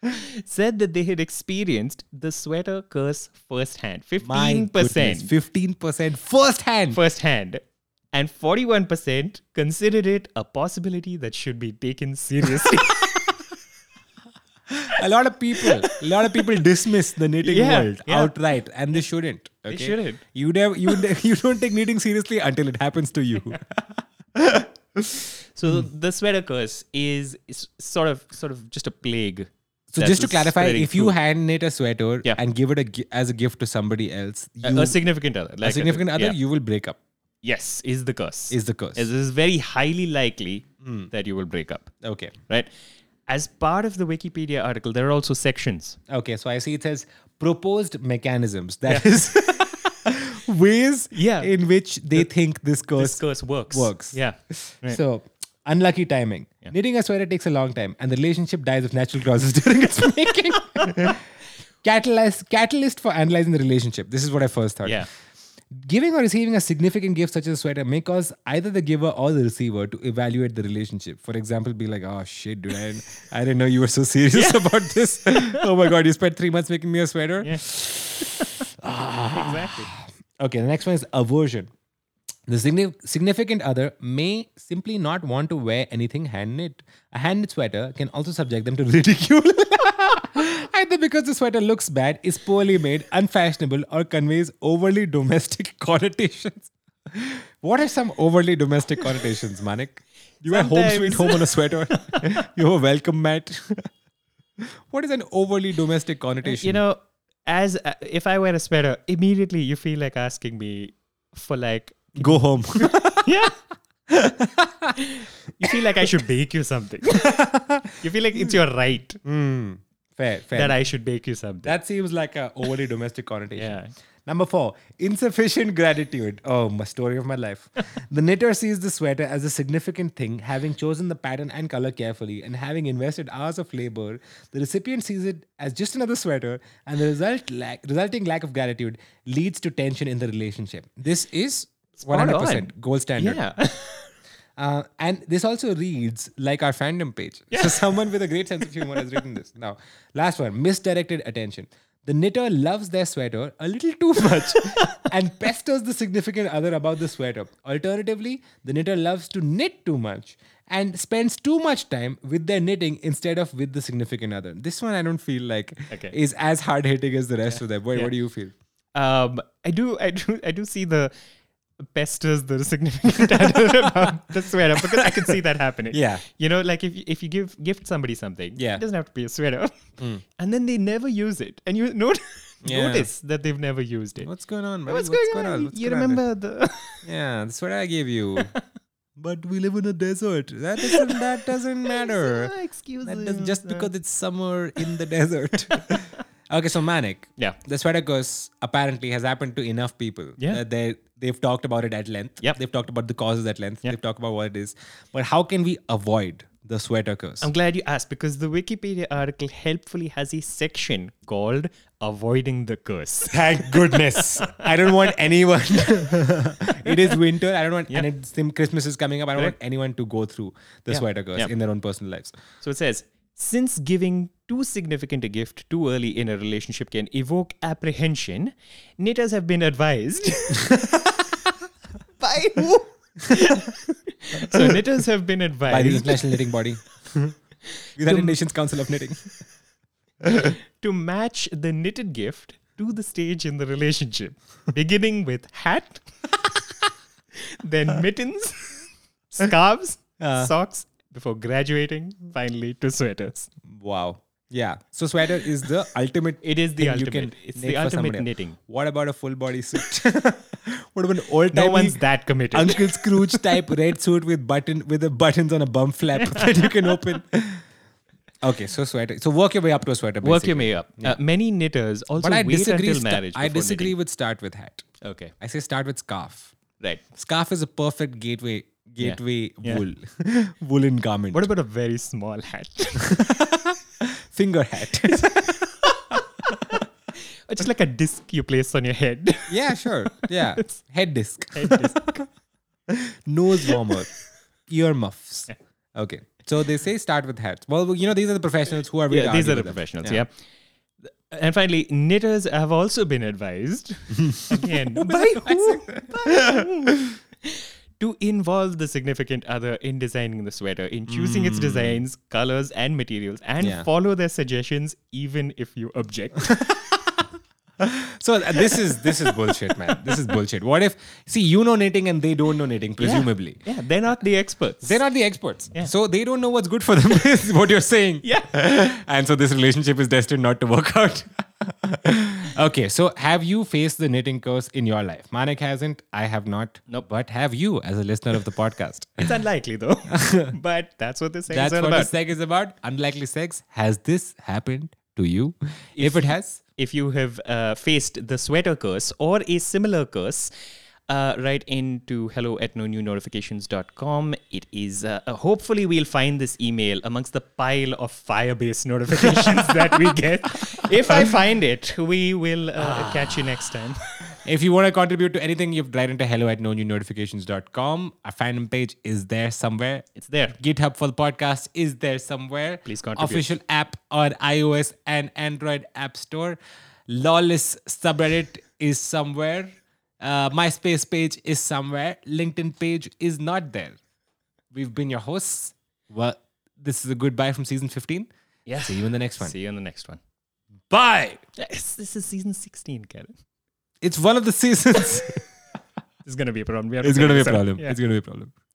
Speaker 3: had, said that they had experienced the sweater curse firsthand. 15%.
Speaker 4: Fifteen percent firsthand.
Speaker 3: firsthand. And 41% considered it a possibility that should be taken seriously.
Speaker 4: a lot of people, a lot of people dismiss the knitting
Speaker 3: Yeah,
Speaker 4: world
Speaker 3: yeah.
Speaker 4: outright, and they shouldn't. Okay?
Speaker 3: shouldn't.
Speaker 4: You never, you nev- you don't take knitting seriously until it happens to you.
Speaker 3: So the sweater curse is, is sort of sort of just a plague.
Speaker 4: So
Speaker 3: that
Speaker 4: just to
Speaker 3: is
Speaker 4: clarify,
Speaker 3: spreading
Speaker 4: if you
Speaker 3: through
Speaker 4: hand knit a sweater
Speaker 3: Yeah.
Speaker 4: and give it a, gi- as a gift to somebody else,
Speaker 3: a-
Speaker 4: you,
Speaker 3: a significant other, like
Speaker 4: a significant other,
Speaker 3: yeah.
Speaker 4: you will break up.
Speaker 3: yes, is the curse.
Speaker 4: Is the curse. Hmm.
Speaker 3: It is very highly likely that you will break up,
Speaker 4: Okay.
Speaker 3: right? As part of the Wikipedia article, there are also sections.
Speaker 4: Okay, so I see it says proposed mechanisms. That is ways
Speaker 3: Yeah.
Speaker 4: in which they think this curse.
Speaker 3: This curse works.
Speaker 4: works.
Speaker 3: Yeah. Right.
Speaker 4: So unlucky timing. Knitting a sweater takes a long time, and the relationship dies of natural causes during its making. catalyst, catalyst for analyzing the relationship. This is what I first thought.
Speaker 3: yeah.
Speaker 4: Giving or receiving a significant gift such as a sweater may cause either the giver or the receiver to evaluate the relationship. For example, be like, oh shit, dude, I, I didn't know you were so serious about this. oh my god, you spent three months making me a sweater.
Speaker 3: Exactly.
Speaker 4: Okay, the next one is aversion. The signif- significant other may simply not want to wear anything hand knit. A hand knit sweater can also subject them to ridicule. Either because the sweater looks bad, is poorly made, unfashionable, or conveys overly domestic connotations. What are some overly domestic connotations, Manik? You were home sweet
Speaker 3: Sometimes.
Speaker 4: home on a sweater. you were welcome, Matt. what is an overly domestic connotation?
Speaker 3: You know, as uh, if I wear a sweater, immediately you feel like asking me for like,
Speaker 4: go home.
Speaker 3: yeah. you feel like I should bake you something. you feel like it's your right
Speaker 4: fair, fair.
Speaker 3: that I should bake you something.
Speaker 4: Mm. That seems like a overly domestic connotation.
Speaker 3: Yeah.
Speaker 4: Number four, insufficient gratitude. Oh, my story of my life. the knitter sees the sweater as a significant thing, having chosen the pattern and color carefully and having invested hours of labor. The recipient sees it as just another sweater, and the result lack, resulting lack of gratitude leads to tension in the relationship. This is one
Speaker 3: on.
Speaker 4: hundred percent gold standard.
Speaker 3: Yeah.
Speaker 4: Uh, and this also reads like our fandom page. So someone with a great sense of humor has written this. Now, last one, misdirected attention. The knitter loves their sweater a little too much and pesters the significant other about the sweater. Alternatively, the knitter loves to knit too much and spends too much time with their knitting instead of with the significant other. This one I don't feel like
Speaker 3: Okay.
Speaker 4: is as hard hitting as the rest of them. What, what do you feel?
Speaker 3: Um, I do, I do, I do see the pesters the significant other about the sweater because I can see that happening.
Speaker 4: Yeah.
Speaker 3: you know, like if you, if you give gift somebody something,
Speaker 4: Yeah. Mm.
Speaker 3: it doesn't have to be a sweater, and then they never use it, and you notice
Speaker 4: Yeah.
Speaker 3: notice that they've never used it.
Speaker 4: What's going on, buddy?
Speaker 3: What's going on?
Speaker 4: What's
Speaker 3: you
Speaker 4: going on?
Speaker 3: remember the?
Speaker 4: Yeah, that's what I gave you. but we live in a desert. That doesn't, that doesn't matter.
Speaker 3: Ah, excuse
Speaker 4: That
Speaker 3: me.
Speaker 4: does, just because it's summer in the desert. okay, so manic.
Speaker 3: Yeah.
Speaker 4: The sweater curse apparently has happened to enough people.
Speaker 3: Yeah.
Speaker 4: That they they've talked about it at length.
Speaker 3: Yep.
Speaker 4: They've talked about the causes at length.
Speaker 3: Yep.
Speaker 4: They've talked about what it is. But how can we avoid the sweater curse?
Speaker 3: I'm glad you asked because the Wikipedia article helpfully has a section called "Avoiding the Curse."
Speaker 4: Thank goodness. I don't want anyone. it is winter. I don't want, and it's Christmas is coming up. I don't want anyone to go through the sweater curse
Speaker 3: Yeah.
Speaker 4: in their own personal lives.
Speaker 3: So it says, since giving too significant a gift too early in a relationship can evoke apprehension, knitters have been advised. By who? so knitters have been
Speaker 4: by the
Speaker 3: advised
Speaker 4: International Knitting Body. United Nations Council of Knitting.
Speaker 3: to match the knitted gift to the stage in the relationship, beginning with hat, then mittens, scarves, socks, before graduating finally to sweaters.
Speaker 4: Wow. Yeah. So sweater is the ultimate.
Speaker 3: It is the
Speaker 4: thing You
Speaker 3: ultimate.
Speaker 4: can
Speaker 3: It's
Speaker 4: knit
Speaker 3: the
Speaker 4: for
Speaker 3: ultimate
Speaker 4: somebody else.
Speaker 3: knitting.
Speaker 4: What about a full body suit? what about an old
Speaker 3: No one's that committed.
Speaker 4: Uncle Scrooge type red suit with button with the buttons on a bum flap that you can open. Okay, so sweater. So work your way up to a sweater.
Speaker 3: Work your
Speaker 4: basically.
Speaker 3: way up. Uh, many knitters also
Speaker 4: But I
Speaker 3: wait
Speaker 4: disagree.
Speaker 3: until
Speaker 4: sta-
Speaker 3: marriage.
Speaker 4: I
Speaker 3: before
Speaker 4: disagree
Speaker 3: knitting.
Speaker 4: with start with hat.
Speaker 3: Okay.
Speaker 4: I say start with scarf.
Speaker 3: Right.
Speaker 4: Scarf is a perfect gateway gateway
Speaker 3: Yeah.
Speaker 4: wool woolen garment.
Speaker 3: What about a very small hat?
Speaker 4: finger hat?
Speaker 3: Or Just like a disc you place on your head.
Speaker 4: Yeah, sure. Yeah. Head disc.
Speaker 3: Head disc.
Speaker 4: Nose warmer. Ear muffs. Okay. So they say start with hats. Well, you know, these are the professionals who are really
Speaker 3: yeah, these
Speaker 4: argue
Speaker 3: are the
Speaker 4: with them.
Speaker 3: professionals. Yeah. And finally, knitters have also been advised again by who? By who? to involve the significant other in designing the sweater, in choosing its designs, colors, and materials, and
Speaker 4: Yeah.
Speaker 3: follow their suggestions even if you object.
Speaker 4: So uh, this is this is bullshit, man. This is bullshit. What if see you know knitting and they don't know knitting, presumably.
Speaker 3: yeah, they're not the experts.
Speaker 4: They're not the experts. So they don't know what's good for them, is what you're saying.
Speaker 3: Yeah.
Speaker 4: And so this relationship is destined not to work out. okay. So have you faced the knitting curse in your life? Manik hasn't. I have not. No. But have you, as a listener of the podcast?
Speaker 3: It's unlikely though. but that's what this thing
Speaker 4: That's
Speaker 3: is all
Speaker 4: what
Speaker 3: about.
Speaker 4: this seg is about. Unlikely sex. Has this happened to you? If, it has,
Speaker 3: if you have uh, faced the sweater curse or a similar curse, uh, write into hello at no new notifications.com. It is uh, uh, hopefully we'll find this email amongst the pile of Firebase notifications that we get. If
Speaker 4: Um,
Speaker 3: I find it, we will
Speaker 4: Ah.
Speaker 3: uh, catch you next time.
Speaker 4: if you want to contribute to anything, you've write into hello at notifications.com. Our fandom page is there somewhere.
Speaker 3: It's there.
Speaker 4: GitHub for the podcast is there somewhere.
Speaker 3: Please contribute.
Speaker 4: Official app on iOS and Android App Store. Lawless subreddit is somewhere. Uh, MySpace page is somewhere. LinkedIn page is not there. We've been your hosts. Well, this is a goodbye from season 15.
Speaker 3: Yeah.
Speaker 4: See you in the next one.
Speaker 3: See you in the next one.
Speaker 4: Bye.
Speaker 3: Yes, this is season 16, Karen.
Speaker 4: It's one of the seasons.
Speaker 3: This is going to be a problem. We have
Speaker 4: it's
Speaker 3: figure
Speaker 4: going to be a
Speaker 3: this out.
Speaker 4: problem.
Speaker 3: Yeah.
Speaker 4: It's going to be a problem.